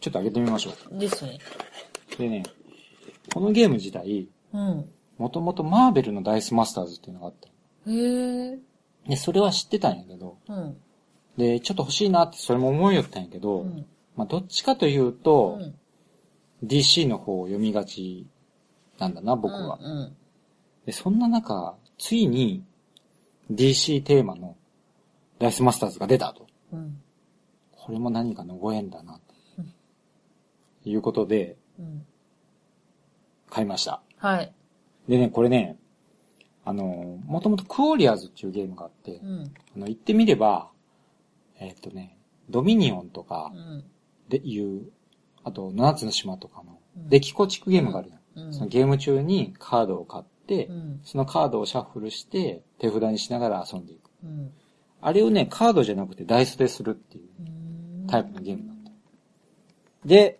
Speaker 1: ちょっと上げてみましょう。
Speaker 2: うん。ですね。
Speaker 1: でね、このゲーム自体、
Speaker 2: うん。
Speaker 1: もともとマーベルのダイスマスターズっていうのがあった。
Speaker 2: へえ。
Speaker 1: で、それは知ってたんやけど、
Speaker 2: うん。
Speaker 1: で、ちょっと欲しいなってそれも思いよったんやけど、
Speaker 2: うん。
Speaker 1: まあどっちかという
Speaker 2: う
Speaker 1: と、
Speaker 2: ん。
Speaker 1: DC の方を読みがちなんだな、僕は。
Speaker 2: うん。
Speaker 1: で、そんな中、ついに DC テーマのダイスマスターズが出たと。
Speaker 2: うん。
Speaker 1: これも何かのご縁だな、と
Speaker 2: うん
Speaker 1: いうことで、
Speaker 2: うん。
Speaker 1: 買いました。
Speaker 2: はい。
Speaker 1: でね、これね、あの、もともとクオリアーズっていうゲームがあって、
Speaker 2: うん。
Speaker 1: あの、言ってみれば、えーっ、とね、ドミニオンとか
Speaker 2: う、ん。
Speaker 1: で、いう、あと、七つの島とかの、
Speaker 2: うん
Speaker 1: デキ構築ゲームがあるやん。
Speaker 2: うん。
Speaker 1: そのゲーム中にカードを買って、
Speaker 2: うん。
Speaker 1: そのカードをシャッフルして、手札にしながら遊んでいく。
Speaker 2: うん。
Speaker 1: あれをね、カードじゃなくてダイスでするっていう
Speaker 2: うん
Speaker 1: タイプのゲームなんだ。で、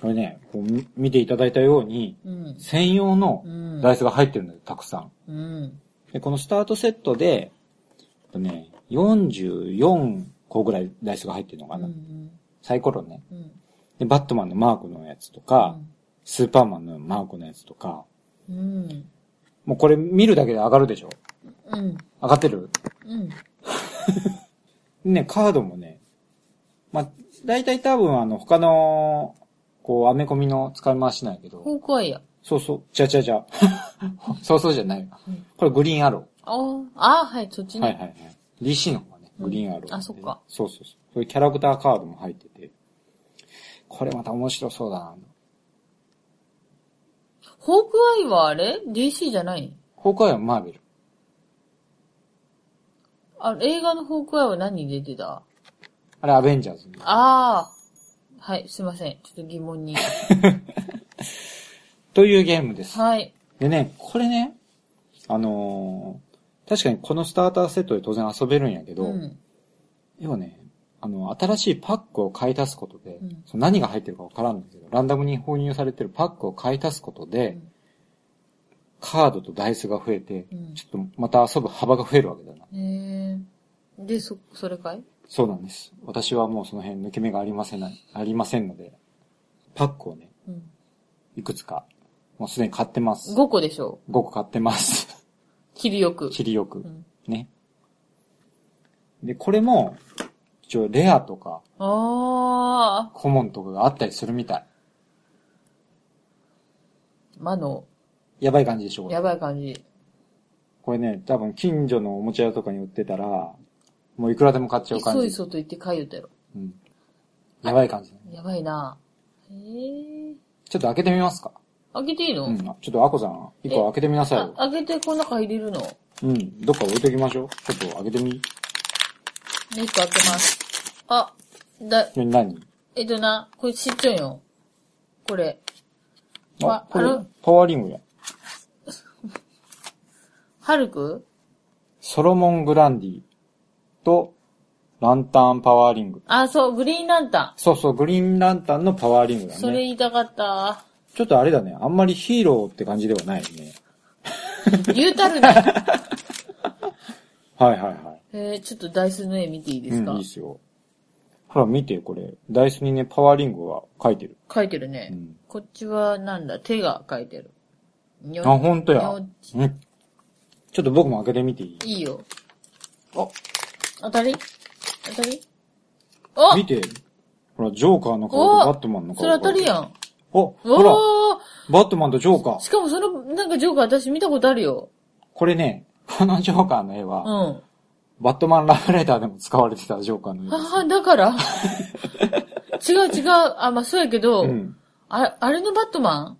Speaker 1: これね、こうみ見ていただいたように、
Speaker 2: うん。
Speaker 1: 専用の
Speaker 2: うん。
Speaker 1: ダイスが入ってるんだよ、たくさん。
Speaker 2: うん。
Speaker 1: で、このスタートセットで、えっとね、44個ぐらいダイスが入ってるのか
Speaker 2: う
Speaker 1: な。
Speaker 2: ん。
Speaker 1: サイコロね。
Speaker 2: うん。
Speaker 1: で、バットマンのマークのやつとか、スーパーマンのマークのやつとか、
Speaker 2: うん。
Speaker 1: もうこれ見るだけで上がるでしょ
Speaker 2: うん。
Speaker 1: 上がってる
Speaker 2: うん。
Speaker 1: ね、カードもね、まあ、大体多分あの、他の、こう、アメコミの使い回しなんやけど、
Speaker 2: ホークアイや。
Speaker 1: そうそう。じゃじゃじゃ。そうそうじゃないよ
Speaker 2: うん。
Speaker 1: これグリーンアロ
Speaker 2: あーあー、はい、そっち
Speaker 1: ー。
Speaker 2: ね。
Speaker 1: はいはいはい。DC の方がね、
Speaker 2: うん
Speaker 1: グリーンアロー、
Speaker 2: あそっか。
Speaker 1: そうそうそう。そういうキャラクターカードも入ってて。これまた面白そうだな。
Speaker 2: ホークアイはあれ ?DC じゃない
Speaker 1: ホークアイはマーベル。
Speaker 2: あ、映画のホークアイは何に出てた
Speaker 1: あれアベンジャーズね。
Speaker 2: ああ。はい、すいません。ちょっと疑問に。
Speaker 1: というゲームです。
Speaker 2: はい。
Speaker 1: でね、これね、あのー確かにこのスターターセットで当然遊べるんやけど、
Speaker 2: うん。
Speaker 1: 要はね、あの、新しいパックを買い足すことで、
Speaker 2: うん
Speaker 1: その何が入ってるかわからんんだけど、ランダムに購入されてるパックを買い足すことで、
Speaker 2: うん
Speaker 1: カードとダイスが増えて、
Speaker 2: うん
Speaker 1: ちょっとまた遊ぶ幅が増えるわけだな。
Speaker 2: へえ。で、そ、それかい
Speaker 1: そうなんです。私はもうその辺抜け目がありませんな、ありませんので、パックをね、
Speaker 2: うん。
Speaker 1: いくつか、もうすでに買ってます。5,
Speaker 2: 5個でしょ
Speaker 1: 個買ってます。
Speaker 2: 切りよく。
Speaker 1: 切りよ
Speaker 2: う。
Speaker 1: く
Speaker 2: ん。
Speaker 1: ね。で、これも、一応レアとか、
Speaker 2: ああ。
Speaker 1: コモンとかがあったりするみたい。
Speaker 2: 魔の、
Speaker 1: やばい感じでしょこれ
Speaker 2: やばい感じ。
Speaker 1: これね、多分近所のおもちゃ屋とかに売ってたら、もういくらでも買っちゃう
Speaker 2: い
Speaker 1: 感
Speaker 2: そ
Speaker 1: じ。
Speaker 2: いそと言って書いよったやろ。
Speaker 1: うん。やばい感じだね。
Speaker 2: やばいな。へえ。
Speaker 1: ちょっと開けてみますか。
Speaker 2: 開けていいの、
Speaker 1: うん。ちょっとアコさん、一個開けてみなさい
Speaker 2: あ
Speaker 1: よ。
Speaker 2: 開けてこの中入れるの
Speaker 1: うん。どっか置いときましょう。ちょっと開けてみ。
Speaker 2: ネット開けます。あ、だ、
Speaker 1: え何
Speaker 2: えっとな、これちっちゃいよ。これ。
Speaker 1: あ
Speaker 2: わ、
Speaker 1: これ
Speaker 2: あれ、
Speaker 1: パワーリングや。
Speaker 2: ハルク
Speaker 1: ソロモングランディと、ランタンパワーリング。
Speaker 2: あ、そう、グリーンランタ
Speaker 1: そうそう、グリーンランタンのパワーリング
Speaker 2: ン。
Speaker 1: だ
Speaker 2: それ
Speaker 1: ね。
Speaker 2: 言いたか った。
Speaker 1: ちょっとあれだね。あんまりヒーローって感じではないね。
Speaker 2: 言うたるな。
Speaker 1: はいはいはい。
Speaker 2: えー、ちょっとダイスの絵見ていいですか、
Speaker 1: うん、いいっすよ。ほら、見て、これ。ダイスにね、パワーリングが書いてる。
Speaker 2: 書いてる
Speaker 1: う
Speaker 2: ね。
Speaker 1: ん。
Speaker 2: こっちはなんだ、手が書いてる。に
Speaker 1: あ、
Speaker 2: ょ
Speaker 1: ほんと
Speaker 2: に
Speaker 1: や。
Speaker 2: ょ
Speaker 1: うん。ちょっと僕も開けてみていい
Speaker 2: いいよ。
Speaker 1: あ、
Speaker 2: 当たり当たりあ
Speaker 1: 見て。ほら、ジョーカーの顔とバットマンの
Speaker 2: そ
Speaker 1: 顔
Speaker 2: れ
Speaker 1: が。
Speaker 2: 当たりや
Speaker 1: ん。
Speaker 2: ん。
Speaker 1: お、ほら、
Speaker 2: おー
Speaker 1: バットマンとジョーカー。
Speaker 2: しかもその、なんかジョーカー私見たことあるよ。
Speaker 1: これね、 このジョーカーの絵
Speaker 2: う
Speaker 1: は
Speaker 2: ん。、は
Speaker 1: バットマンラブレターでも使われてたジョーカーの絵です。
Speaker 2: は、だから違う 違う。あ、まあ、そうやけど、
Speaker 1: うん。
Speaker 2: あ、あれのバットマン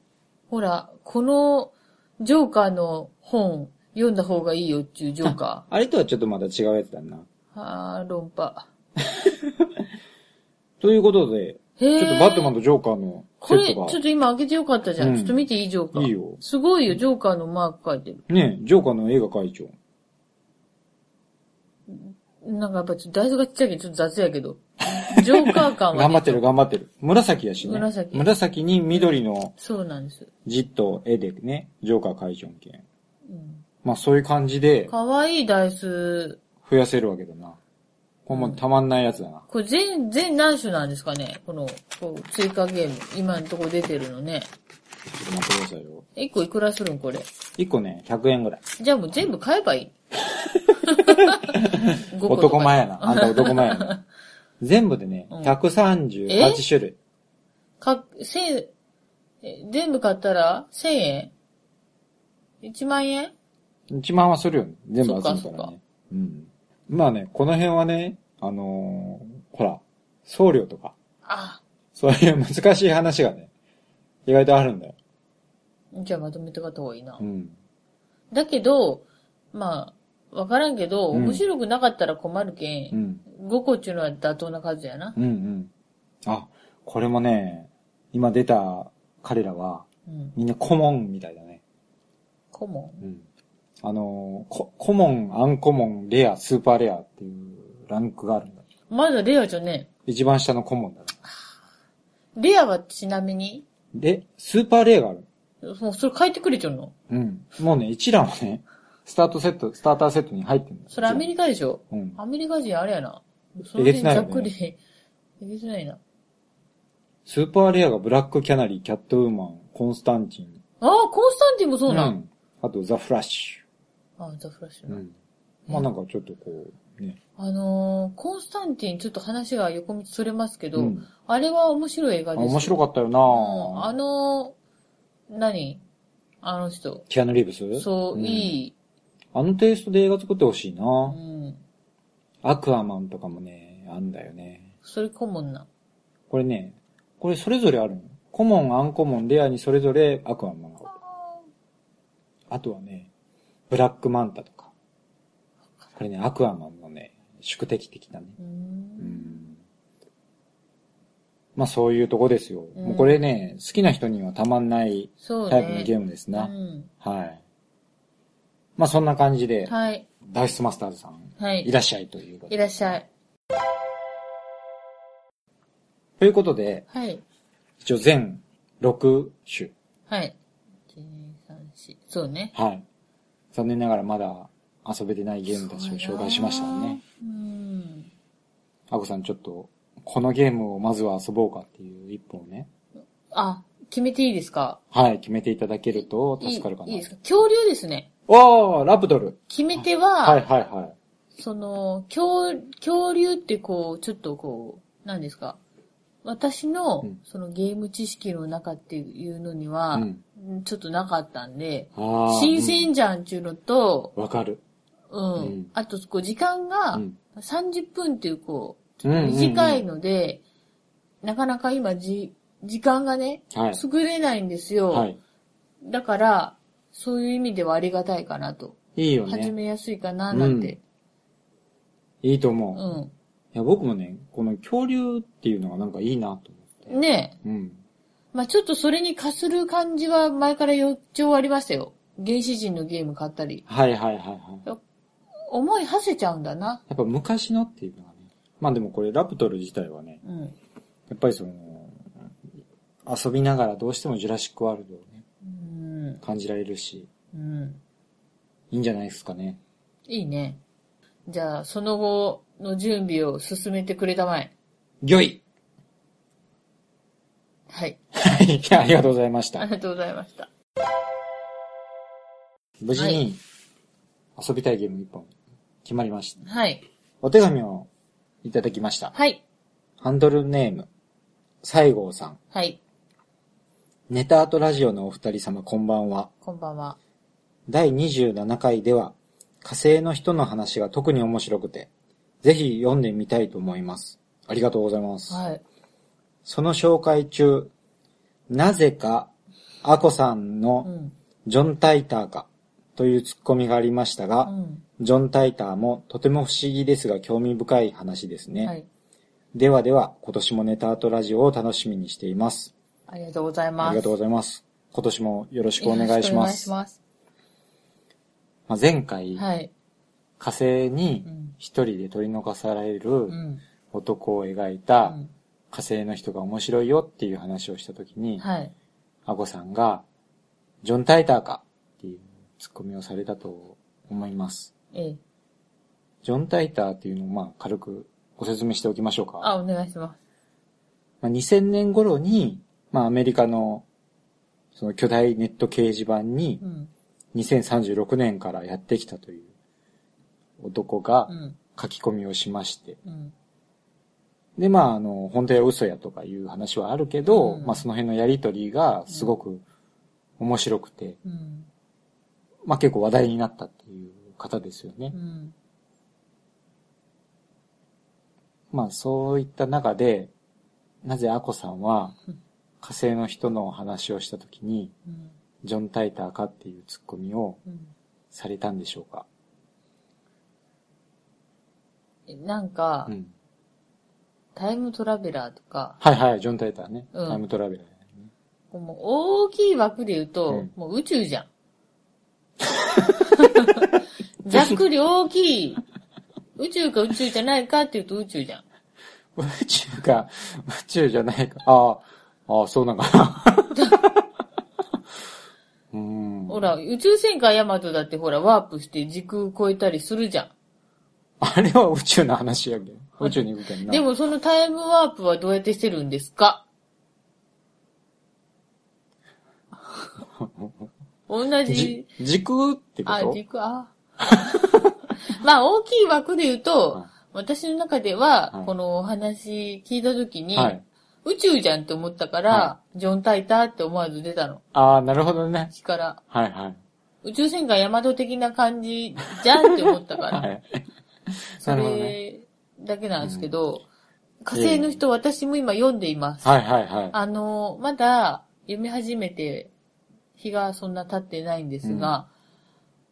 Speaker 2: ほら、このジョーカーの本読んだ方がいいよっていうジョーカ
Speaker 1: あれとはちょっとまた違うやつだな。
Speaker 2: ー。あー、論破。
Speaker 1: ということで、
Speaker 2: へ
Speaker 1: ちょ
Speaker 2: ー。
Speaker 1: っとバットマンとジョーカーのセ
Speaker 2: これ、
Speaker 1: ッ
Speaker 2: ちょ
Speaker 1: ト
Speaker 2: っ
Speaker 1: が、
Speaker 2: と今開けてよかったじゃん。
Speaker 1: うん
Speaker 2: ちょっと見ていいジョーカー。
Speaker 1: いいよ
Speaker 2: すごいよ、ジョーカーのマーク書いてる。
Speaker 1: ね、ジョーカーの絵が描いちゃう。
Speaker 2: なんかやっぱちょっとダイスがちっちゃいけど、ちょっと雑やけど。ジョーカー感は、ね。
Speaker 1: 頑張ってる、頑張ってる。紫やしね。
Speaker 2: 紫
Speaker 1: に緑の
Speaker 2: そうなんです。
Speaker 1: ジット絵でね、ジョーカー会場券。
Speaker 2: うん
Speaker 1: まあそういう感じで
Speaker 2: かわいいダイス。
Speaker 1: 増やせるわけだな。これもうたまんないやつだな。
Speaker 2: これ全、全何種なんですかねこの、こう、追加ゲーム。今のとこ出てるのね。
Speaker 1: ちょっと待ってくださいよ。
Speaker 2: 一個いくらするんこれ。
Speaker 1: 1個ね、100円ぐらい。
Speaker 2: じゃあもう全部買えばい い。5個とか
Speaker 1: 男前やな。あんた男前や な。全部でね、
Speaker 2: うん
Speaker 1: 138種類。
Speaker 2: か、千、え全部買ったら、千円 ?1 万円
Speaker 1: 1万はするよね。全部
Speaker 2: そ
Speaker 1: 集め
Speaker 2: ったからそっ
Speaker 1: ね。うん。まあね、この辺はね、あのーほら、送料とか、
Speaker 2: あ、
Speaker 1: そういう 難しい話がね、意外とあるんだよ。
Speaker 2: じゃあまとめて買った方がいいな
Speaker 1: う。ん。
Speaker 2: だけど、まあ、わからんけど、
Speaker 1: うん
Speaker 2: 面白くなかったら困るけ、
Speaker 1: うんん。
Speaker 2: 5個っていうのは妥当な数やな。
Speaker 1: うんうん。あ、これもね、今出た彼らは、
Speaker 2: うん。
Speaker 1: みんなコモンみたいだね。
Speaker 2: 顧問
Speaker 1: うん。あのーコ、コモン、アンコモン、レア、スーパーレアっていうランクがあるんだ。
Speaker 2: まだレアじゃね
Speaker 1: 一番下のコモンだね。
Speaker 2: え。レアはちなみに、
Speaker 1: で、スーパーレアがある。
Speaker 2: もうそれ書いてくれちゃうの
Speaker 1: うん。もうね、一覧はね、スタートセット、スターターセットに入ってるんだ。
Speaker 2: それアメリカでしょ
Speaker 1: カうん。
Speaker 2: アメリカ人あれやな。そ
Speaker 1: え
Speaker 2: の
Speaker 1: げつ
Speaker 2: 辺
Speaker 1: ない
Speaker 2: ざ
Speaker 1: よ
Speaker 2: っ
Speaker 1: ね
Speaker 2: くり、えげつないな。
Speaker 1: スーパーレアがブラックキャナリー、キャットウーマン、コンスタンチン。
Speaker 2: ああ、コンスタンティンもそうなん。
Speaker 1: んあと、ザ・フラッシ
Speaker 2: ああ、ザ・フラッシュ
Speaker 1: ュ。
Speaker 2: な。
Speaker 1: ん。まあなんかちょっとこう、ね。
Speaker 2: あのー、コンスタンティン、ちょっと話が横道それますけど、
Speaker 1: うん。
Speaker 2: あれは面白い映
Speaker 1: あ
Speaker 2: 画です。
Speaker 1: 面白
Speaker 2: かっ
Speaker 1: かったよな
Speaker 2: たうん、あのー、何あの人。
Speaker 1: キアヌ・リーブス
Speaker 2: そう、
Speaker 1: ん
Speaker 2: いい。
Speaker 1: あのテイストで映画作ってほしいな、
Speaker 2: うん。
Speaker 1: アクアマンとかもね、あんだよね。
Speaker 2: それコモンな。
Speaker 1: これね、これそれぞれあるの。コモン、アンコモン、レアにそれぞれアクアマンがある。あとはね、ブラックマンタとか。これね、アクアマンのね、宿敵的なね。
Speaker 2: う。
Speaker 1: うんん。まあそういうとこですよ。
Speaker 2: うん
Speaker 1: もうこれね、好きな人にはたまんない
Speaker 2: そうね。
Speaker 1: タイプのゲー
Speaker 2: ム
Speaker 1: ムですな。
Speaker 2: うん。
Speaker 1: はい。まあそんな感じで、
Speaker 2: はい。
Speaker 1: ダイスマスターズさん、
Speaker 2: はい。
Speaker 1: いらっしゃいということ
Speaker 2: い
Speaker 1: で。
Speaker 2: らっしゃい。
Speaker 1: ということで、
Speaker 2: はい。
Speaker 1: 一応全6種。
Speaker 2: はい。1、2、3、4。そうね。
Speaker 1: はい。残念ながらまだ遊べてないゲームたちを紹介しましたね。
Speaker 2: うん。
Speaker 1: あこさんちょっと、このゲームをまずは遊ぼうかっていう一本をね、
Speaker 2: あ、決めていいですか
Speaker 1: はい、決めていただけると
Speaker 2: いい
Speaker 1: 助かるかな。
Speaker 2: いいですか恐竜ですね。
Speaker 1: おー、ラプトル
Speaker 2: 決め手は、
Speaker 1: はいはいはい。
Speaker 2: その、恐、恐竜ってこう、ちょっとこう、何ですか。私の、
Speaker 1: うん
Speaker 2: そのゲーム知識の中っていうのには、
Speaker 1: うん
Speaker 2: うんちょっとなかったんで、
Speaker 1: あー
Speaker 2: 新鮮じゃんっていうのと、
Speaker 1: うんわかる。
Speaker 2: うん、
Speaker 1: うん
Speaker 2: あと、こう、時間が
Speaker 1: うん
Speaker 2: 30分っていう、こう、
Speaker 1: うんうんうん
Speaker 2: 短いので、なかなか今、じ、時間がね、
Speaker 1: はい。
Speaker 2: 作れないんですよ。
Speaker 1: はい。
Speaker 2: だから、そういう意味ではありがたいかなと。
Speaker 1: いいよ
Speaker 2: 始
Speaker 1: ね。
Speaker 2: めやすいかな、なんて。
Speaker 1: いいと思う。
Speaker 2: う
Speaker 1: い
Speaker 2: ん。
Speaker 1: や、僕もね、この恐竜っていうのがなんかいいなと思って。
Speaker 2: ね
Speaker 1: うん。
Speaker 2: え。まあちょっとそれにかする感じは前から予兆ありましたよ。原始人のゲーム買ったり。
Speaker 1: はいはいはいはい。
Speaker 2: 思い馳せちゃうんだな。
Speaker 1: やっぱ昔のっていうのがね。まあでもこれラプトル自体はね、
Speaker 2: うん。
Speaker 1: やっぱりその、遊びながらどうしてもジュラシックワールドをね、
Speaker 2: うん。
Speaker 1: 感じられるし、
Speaker 2: うん。
Speaker 1: いいんじゃないですかね。
Speaker 2: いいね。じゃあ、その後の準備を進めてくれたまえ。
Speaker 1: ギョイ
Speaker 2: はい。
Speaker 1: はい、 ありがとうございまし
Speaker 2: あ
Speaker 1: た
Speaker 2: り。がとうございました。
Speaker 1: 無事
Speaker 2: はい
Speaker 1: に遊びたいゲーム一本決まりました。
Speaker 2: はい。
Speaker 1: お手紙をいただきました。
Speaker 2: はい。
Speaker 1: ハンドルネーム、西郷さん。
Speaker 2: はい。
Speaker 1: ネタアートラジオのお二人様こんばんは。
Speaker 2: こんばんは。
Speaker 1: 第27回では、火星の人の話が特に面白くて、ぜひ読んでみたいと思います。ありがとうございます。
Speaker 2: はい。
Speaker 1: その紹介中、なぜか、アコさん
Speaker 2: う
Speaker 1: の
Speaker 2: ん。
Speaker 1: ジョン・タイターかというツッコミがありました
Speaker 2: う
Speaker 1: が、
Speaker 2: ん。
Speaker 1: ジョン・タイターもとても不思議ですが興味深い話ですね。
Speaker 2: はい。
Speaker 1: ではでは、今年もネタアートラジオを楽しみにしています。
Speaker 2: ありがとうございます。
Speaker 1: ありがとうございます。今年もよろしくお願いします。
Speaker 2: よ
Speaker 1: ま
Speaker 2: ろしく
Speaker 1: あ、前回、
Speaker 2: お願いします。はい。
Speaker 1: 火星に
Speaker 2: うん
Speaker 1: 一人で取り残され
Speaker 2: う
Speaker 1: る
Speaker 2: ん。
Speaker 1: 男を描いうた
Speaker 2: ん。
Speaker 1: 火星の人が面白いよっていう話をした時に、
Speaker 2: はい。
Speaker 1: アゴさんが、ジョン・タイターかっていうツッコミをされたと思います。
Speaker 2: ええ。
Speaker 1: ジョン・タイターっていうのをまあ軽くご説明しておきましょうか。
Speaker 2: あ、お願いします。
Speaker 1: まあ、2000年頃に、まあ、アメリカのその巨大ネット掲示板に
Speaker 2: うん。
Speaker 1: 2036年からやってきたという男が
Speaker 2: うん。
Speaker 1: 書き込みをしまして、
Speaker 2: うん。
Speaker 1: で、まあ、あの、本当や嘘やとかいう話はあるけど、
Speaker 2: うん
Speaker 1: まあ、その辺のやりとりがすごく面白くて、
Speaker 2: うん。
Speaker 1: まあ、結構話題になったっていう方ですよね
Speaker 2: う。ん。
Speaker 1: まあ、そういった中で、なぜアコさんは
Speaker 2: うん
Speaker 1: 火星の人のお話をしたときに、
Speaker 2: うん。
Speaker 1: ジョン・タイターかっていうツッコミを
Speaker 2: うん
Speaker 1: されたんでしょうか
Speaker 2: えなんか、
Speaker 1: うん。
Speaker 2: タイムトラベラーとか、
Speaker 1: はいはい、ジョン・タイターね。
Speaker 2: うん
Speaker 1: タイムトラベラー、ね。
Speaker 2: もう大きい枠で言うと、
Speaker 1: うん
Speaker 2: もう宇宙じ ゃん。ざっくり大きい。宇宙か宇宙じゃないかって言うと宇宙じゃん。
Speaker 1: 宇宙か、宇宙じゃないか。ああ、ああ、そうなんか な。うーん。
Speaker 2: ほら、宇宙戦艦ヤマトだってほら、ワープして時空超えたりするじゃん。
Speaker 1: あれは宇宙の話やけど。宇宙に行くけんな。
Speaker 2: でもそのタイムワープはどうやってしてるんです か同じ
Speaker 1: じ、、時空ってこ
Speaker 2: あ、
Speaker 1: と
Speaker 2: 軸、 あ。まあ大きい枠で言うと、
Speaker 1: はい
Speaker 2: 私の中では、
Speaker 1: はい
Speaker 2: このお話聞いたときに、
Speaker 1: はい。
Speaker 2: 宇宙じゃんって思ったから、
Speaker 1: は
Speaker 2: ジョン・タイターって思わず出たの。
Speaker 1: ああ、なるほどね。
Speaker 2: 口から。
Speaker 1: はいはい。
Speaker 2: 宇宙戦艦ヤマト的な感じじゃんって思ったから。
Speaker 1: はい。
Speaker 2: そ
Speaker 1: なるほどね。
Speaker 2: れだけなんですけど、火星の人、私も今読んでいます。
Speaker 1: はいはいはい。
Speaker 2: あの、まだ読み始めて日がそんな経ってないんですが、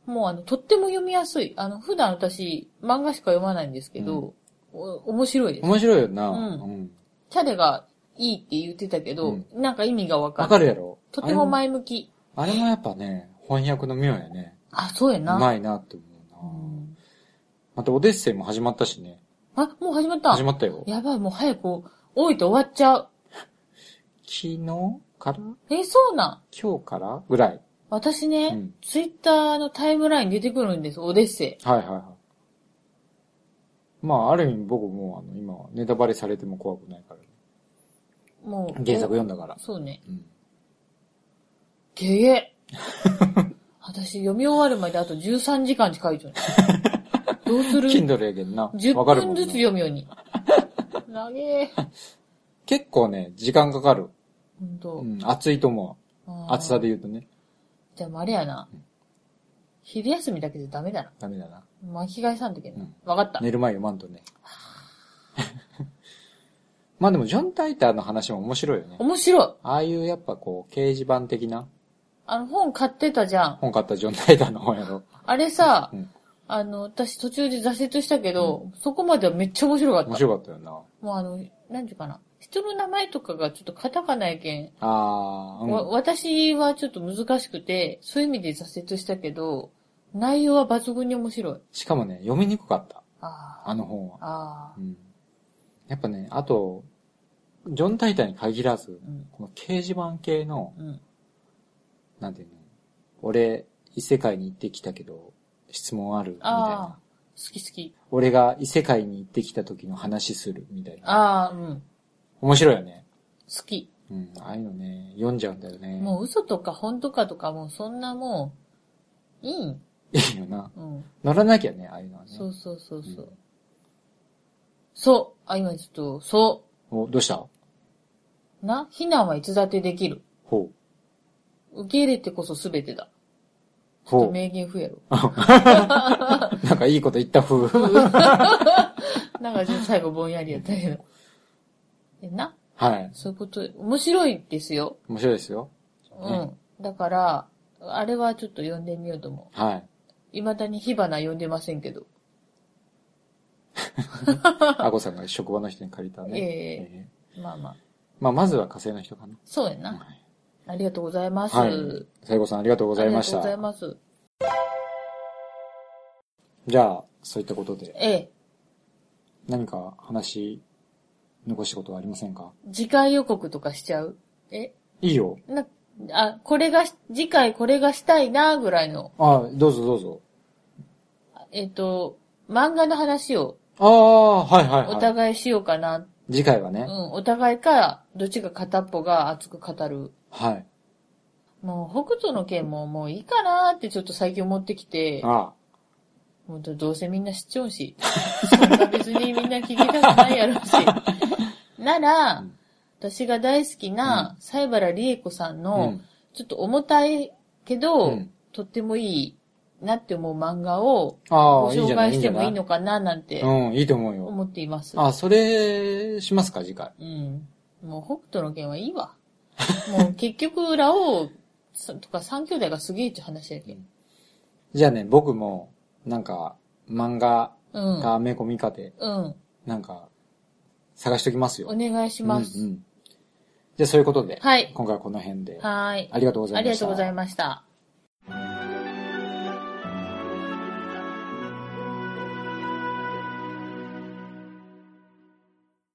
Speaker 2: もうあの、とっても読みやすい。あの、普段私漫画しか読まないんですけど、お面白いです。
Speaker 1: 面白いよな。
Speaker 2: うん
Speaker 1: うん
Speaker 2: キャレがいいって言ってたけど、
Speaker 1: うん
Speaker 2: なんか意味がわか
Speaker 1: わ
Speaker 2: る。
Speaker 1: かるやろ
Speaker 2: とても前向き。
Speaker 1: あれもあれもやっぱね、翻訳の妙やね。
Speaker 2: あ、そうや
Speaker 1: う
Speaker 2: な。
Speaker 1: まいなって思
Speaker 2: う
Speaker 1: うな。
Speaker 2: ん
Speaker 1: またオデッセイも始まったしね。
Speaker 2: あ、もう始まった。
Speaker 1: 始まったよ。
Speaker 2: やばい、もう早く、多いと終わっちゃう。
Speaker 1: 昨日から
Speaker 2: え、そうなん。
Speaker 1: 今日からぐらい。
Speaker 2: 私ね、
Speaker 1: うん
Speaker 2: ツイッターのタイムライン出てくるんです、オデッセイ。
Speaker 1: はいはいはい。まあ、ある意味僕もうあの、今はネタバレされても怖くないから、
Speaker 2: もう。
Speaker 1: 原作読んだから。
Speaker 2: そうね。
Speaker 1: うん。
Speaker 2: げえ。私、読み終わるまであと13時間しか書いてる。どうする
Speaker 1: Kindle やけんな。わか
Speaker 2: ?10
Speaker 1: るも
Speaker 2: 分
Speaker 1: んな
Speaker 2: ずつ読むように。なげえ。
Speaker 1: 結構ね、時間かかる。
Speaker 2: ほんと
Speaker 1: う。ん、熱いと思う。
Speaker 2: あー
Speaker 1: 暑さで。言うとね。
Speaker 2: じゃあもうあれやな。昼休みだけじゃダメだ
Speaker 1: ダメだな。
Speaker 2: な。巻き返さんといけ
Speaker 1: う
Speaker 2: なんわかった。
Speaker 1: 寝る前読まんとね。 まあでも、ジョン・タイターの話も面白いよね。
Speaker 2: 面白い。
Speaker 1: ああいうやっぱこう、掲示板的な
Speaker 2: あの本買ってたじゃん。
Speaker 1: 本買ったジョン・タイターの本 やろ。
Speaker 2: あれさ
Speaker 1: うん、
Speaker 2: あの、私途中で挫折したけど、そこまではめっちゃ面白か
Speaker 1: 面
Speaker 2: った。
Speaker 1: 白かったよな。
Speaker 2: もうあの、なんていうかな。人の名前とかがちょっとカタカナやけん、
Speaker 1: ああ、うん
Speaker 2: わ、私はちょっと難しくて、そういう意味で挫折したけど、内容は抜群に面白い。
Speaker 1: しかもね、読みにくかった。
Speaker 2: ああ。
Speaker 1: あの本は。
Speaker 2: あ
Speaker 1: うん。やっぱね、あと、ジョン・タイターに限らず
Speaker 2: あ。、うん。
Speaker 1: この掲示板系の、
Speaker 2: うん。
Speaker 1: なんていうの、俺、異世界に行ってきたけど、質問あるみたい
Speaker 2: ああ
Speaker 1: な。。
Speaker 2: 好き好き。
Speaker 1: 俺が異世界に行ってきた時の話するみたいな。
Speaker 2: ああ、うん。
Speaker 1: 面白いよね。
Speaker 2: 好き。
Speaker 1: うん、ああいうのね、読んじゃうんだよね。
Speaker 2: もう嘘とか本とかとかもうそんなもう、いいん。
Speaker 1: いいよな。
Speaker 2: うん。
Speaker 1: 乗らなきゃね、ああいうのはね。
Speaker 2: そうそうそうそう。
Speaker 1: うん
Speaker 2: そう。あ、今ちょっと、そ
Speaker 1: お、どうした
Speaker 2: う。な、避難はいつだってできる。
Speaker 1: ほう。
Speaker 2: 受け入れてこそ全てだ。ちょっと
Speaker 1: ほ
Speaker 2: 名言風やろ。
Speaker 1: う。なんかいいこと言った風。
Speaker 2: なんかちょっと最後ぼんやりやったけ ど。え、な
Speaker 1: はい。
Speaker 2: そういうこと、面白いですよ。
Speaker 1: 面白いですよ。
Speaker 2: うん。だから、あれはちょっと読んでみようと思
Speaker 1: はい。
Speaker 2: う。未だに火花読んでませんけど。
Speaker 1: あこさんが職場の人に借りたね。
Speaker 2: ええ
Speaker 1: え
Speaker 2: まあまあ。
Speaker 1: まあ、まずは火星の人かな。
Speaker 2: そうやな。
Speaker 1: はい。
Speaker 2: ありがとうございます。
Speaker 1: はい。最後さんありがとうご
Speaker 2: ご
Speaker 1: ざいました
Speaker 2: あ。りがとうございます。
Speaker 1: じゃあ、そういったことで、
Speaker 2: ええ。
Speaker 1: 何か話、残したことはありませんか
Speaker 2: 次回予告とかしちゃうえ
Speaker 1: いいよ。
Speaker 2: な、あ、これがし、次回これがしたいな、ぐらいの。
Speaker 1: ああ、どうぞどうぞ。
Speaker 2: えっ、と、漫画の話を
Speaker 1: ああ、はいはい
Speaker 2: お
Speaker 1: はい。
Speaker 2: 互いしようかな。
Speaker 1: 次回はね、
Speaker 2: うん、お互いか、どっちか片っぽが熱く語る。
Speaker 1: はい。
Speaker 2: もう、北斗の件ももういいかなってちょっと最近思ってきて。
Speaker 1: あ
Speaker 2: もうどどうせみんな知っちゃうし、そんな別にみんな聞きたくないやろ うし。なら、
Speaker 1: うん
Speaker 2: 私が大好きな、西原理恵子さん
Speaker 1: あ。
Speaker 2: の、。ちょっと重たいけど、
Speaker 1: うん
Speaker 2: とってもいいなって思う漫画を、
Speaker 1: あ
Speaker 2: ご
Speaker 1: あ、いいんじ
Speaker 2: 紹
Speaker 1: ゃない
Speaker 2: 介してもいい
Speaker 1: んじ
Speaker 2: のかななんて
Speaker 1: ゃないうん、いいと思うよ。
Speaker 2: 思っています。
Speaker 1: あ、それ、しますか、次回。
Speaker 2: うん。もう北斗の件はいいわ。もう結局、ラオウさとか三兄弟がすげえって話やけん。
Speaker 1: じゃあね、僕も、なんか、漫画
Speaker 2: うん。
Speaker 1: か、メコミかで、
Speaker 2: うん。
Speaker 1: なんか、探しときますよ。
Speaker 2: お願いします。
Speaker 1: うんうん、じゃあ、そういうことで、
Speaker 2: はい
Speaker 1: 今回はこの辺で、
Speaker 2: はーい。
Speaker 1: ありがとうござ
Speaker 2: あ
Speaker 1: い
Speaker 2: りが
Speaker 1: ました。
Speaker 2: とうございました。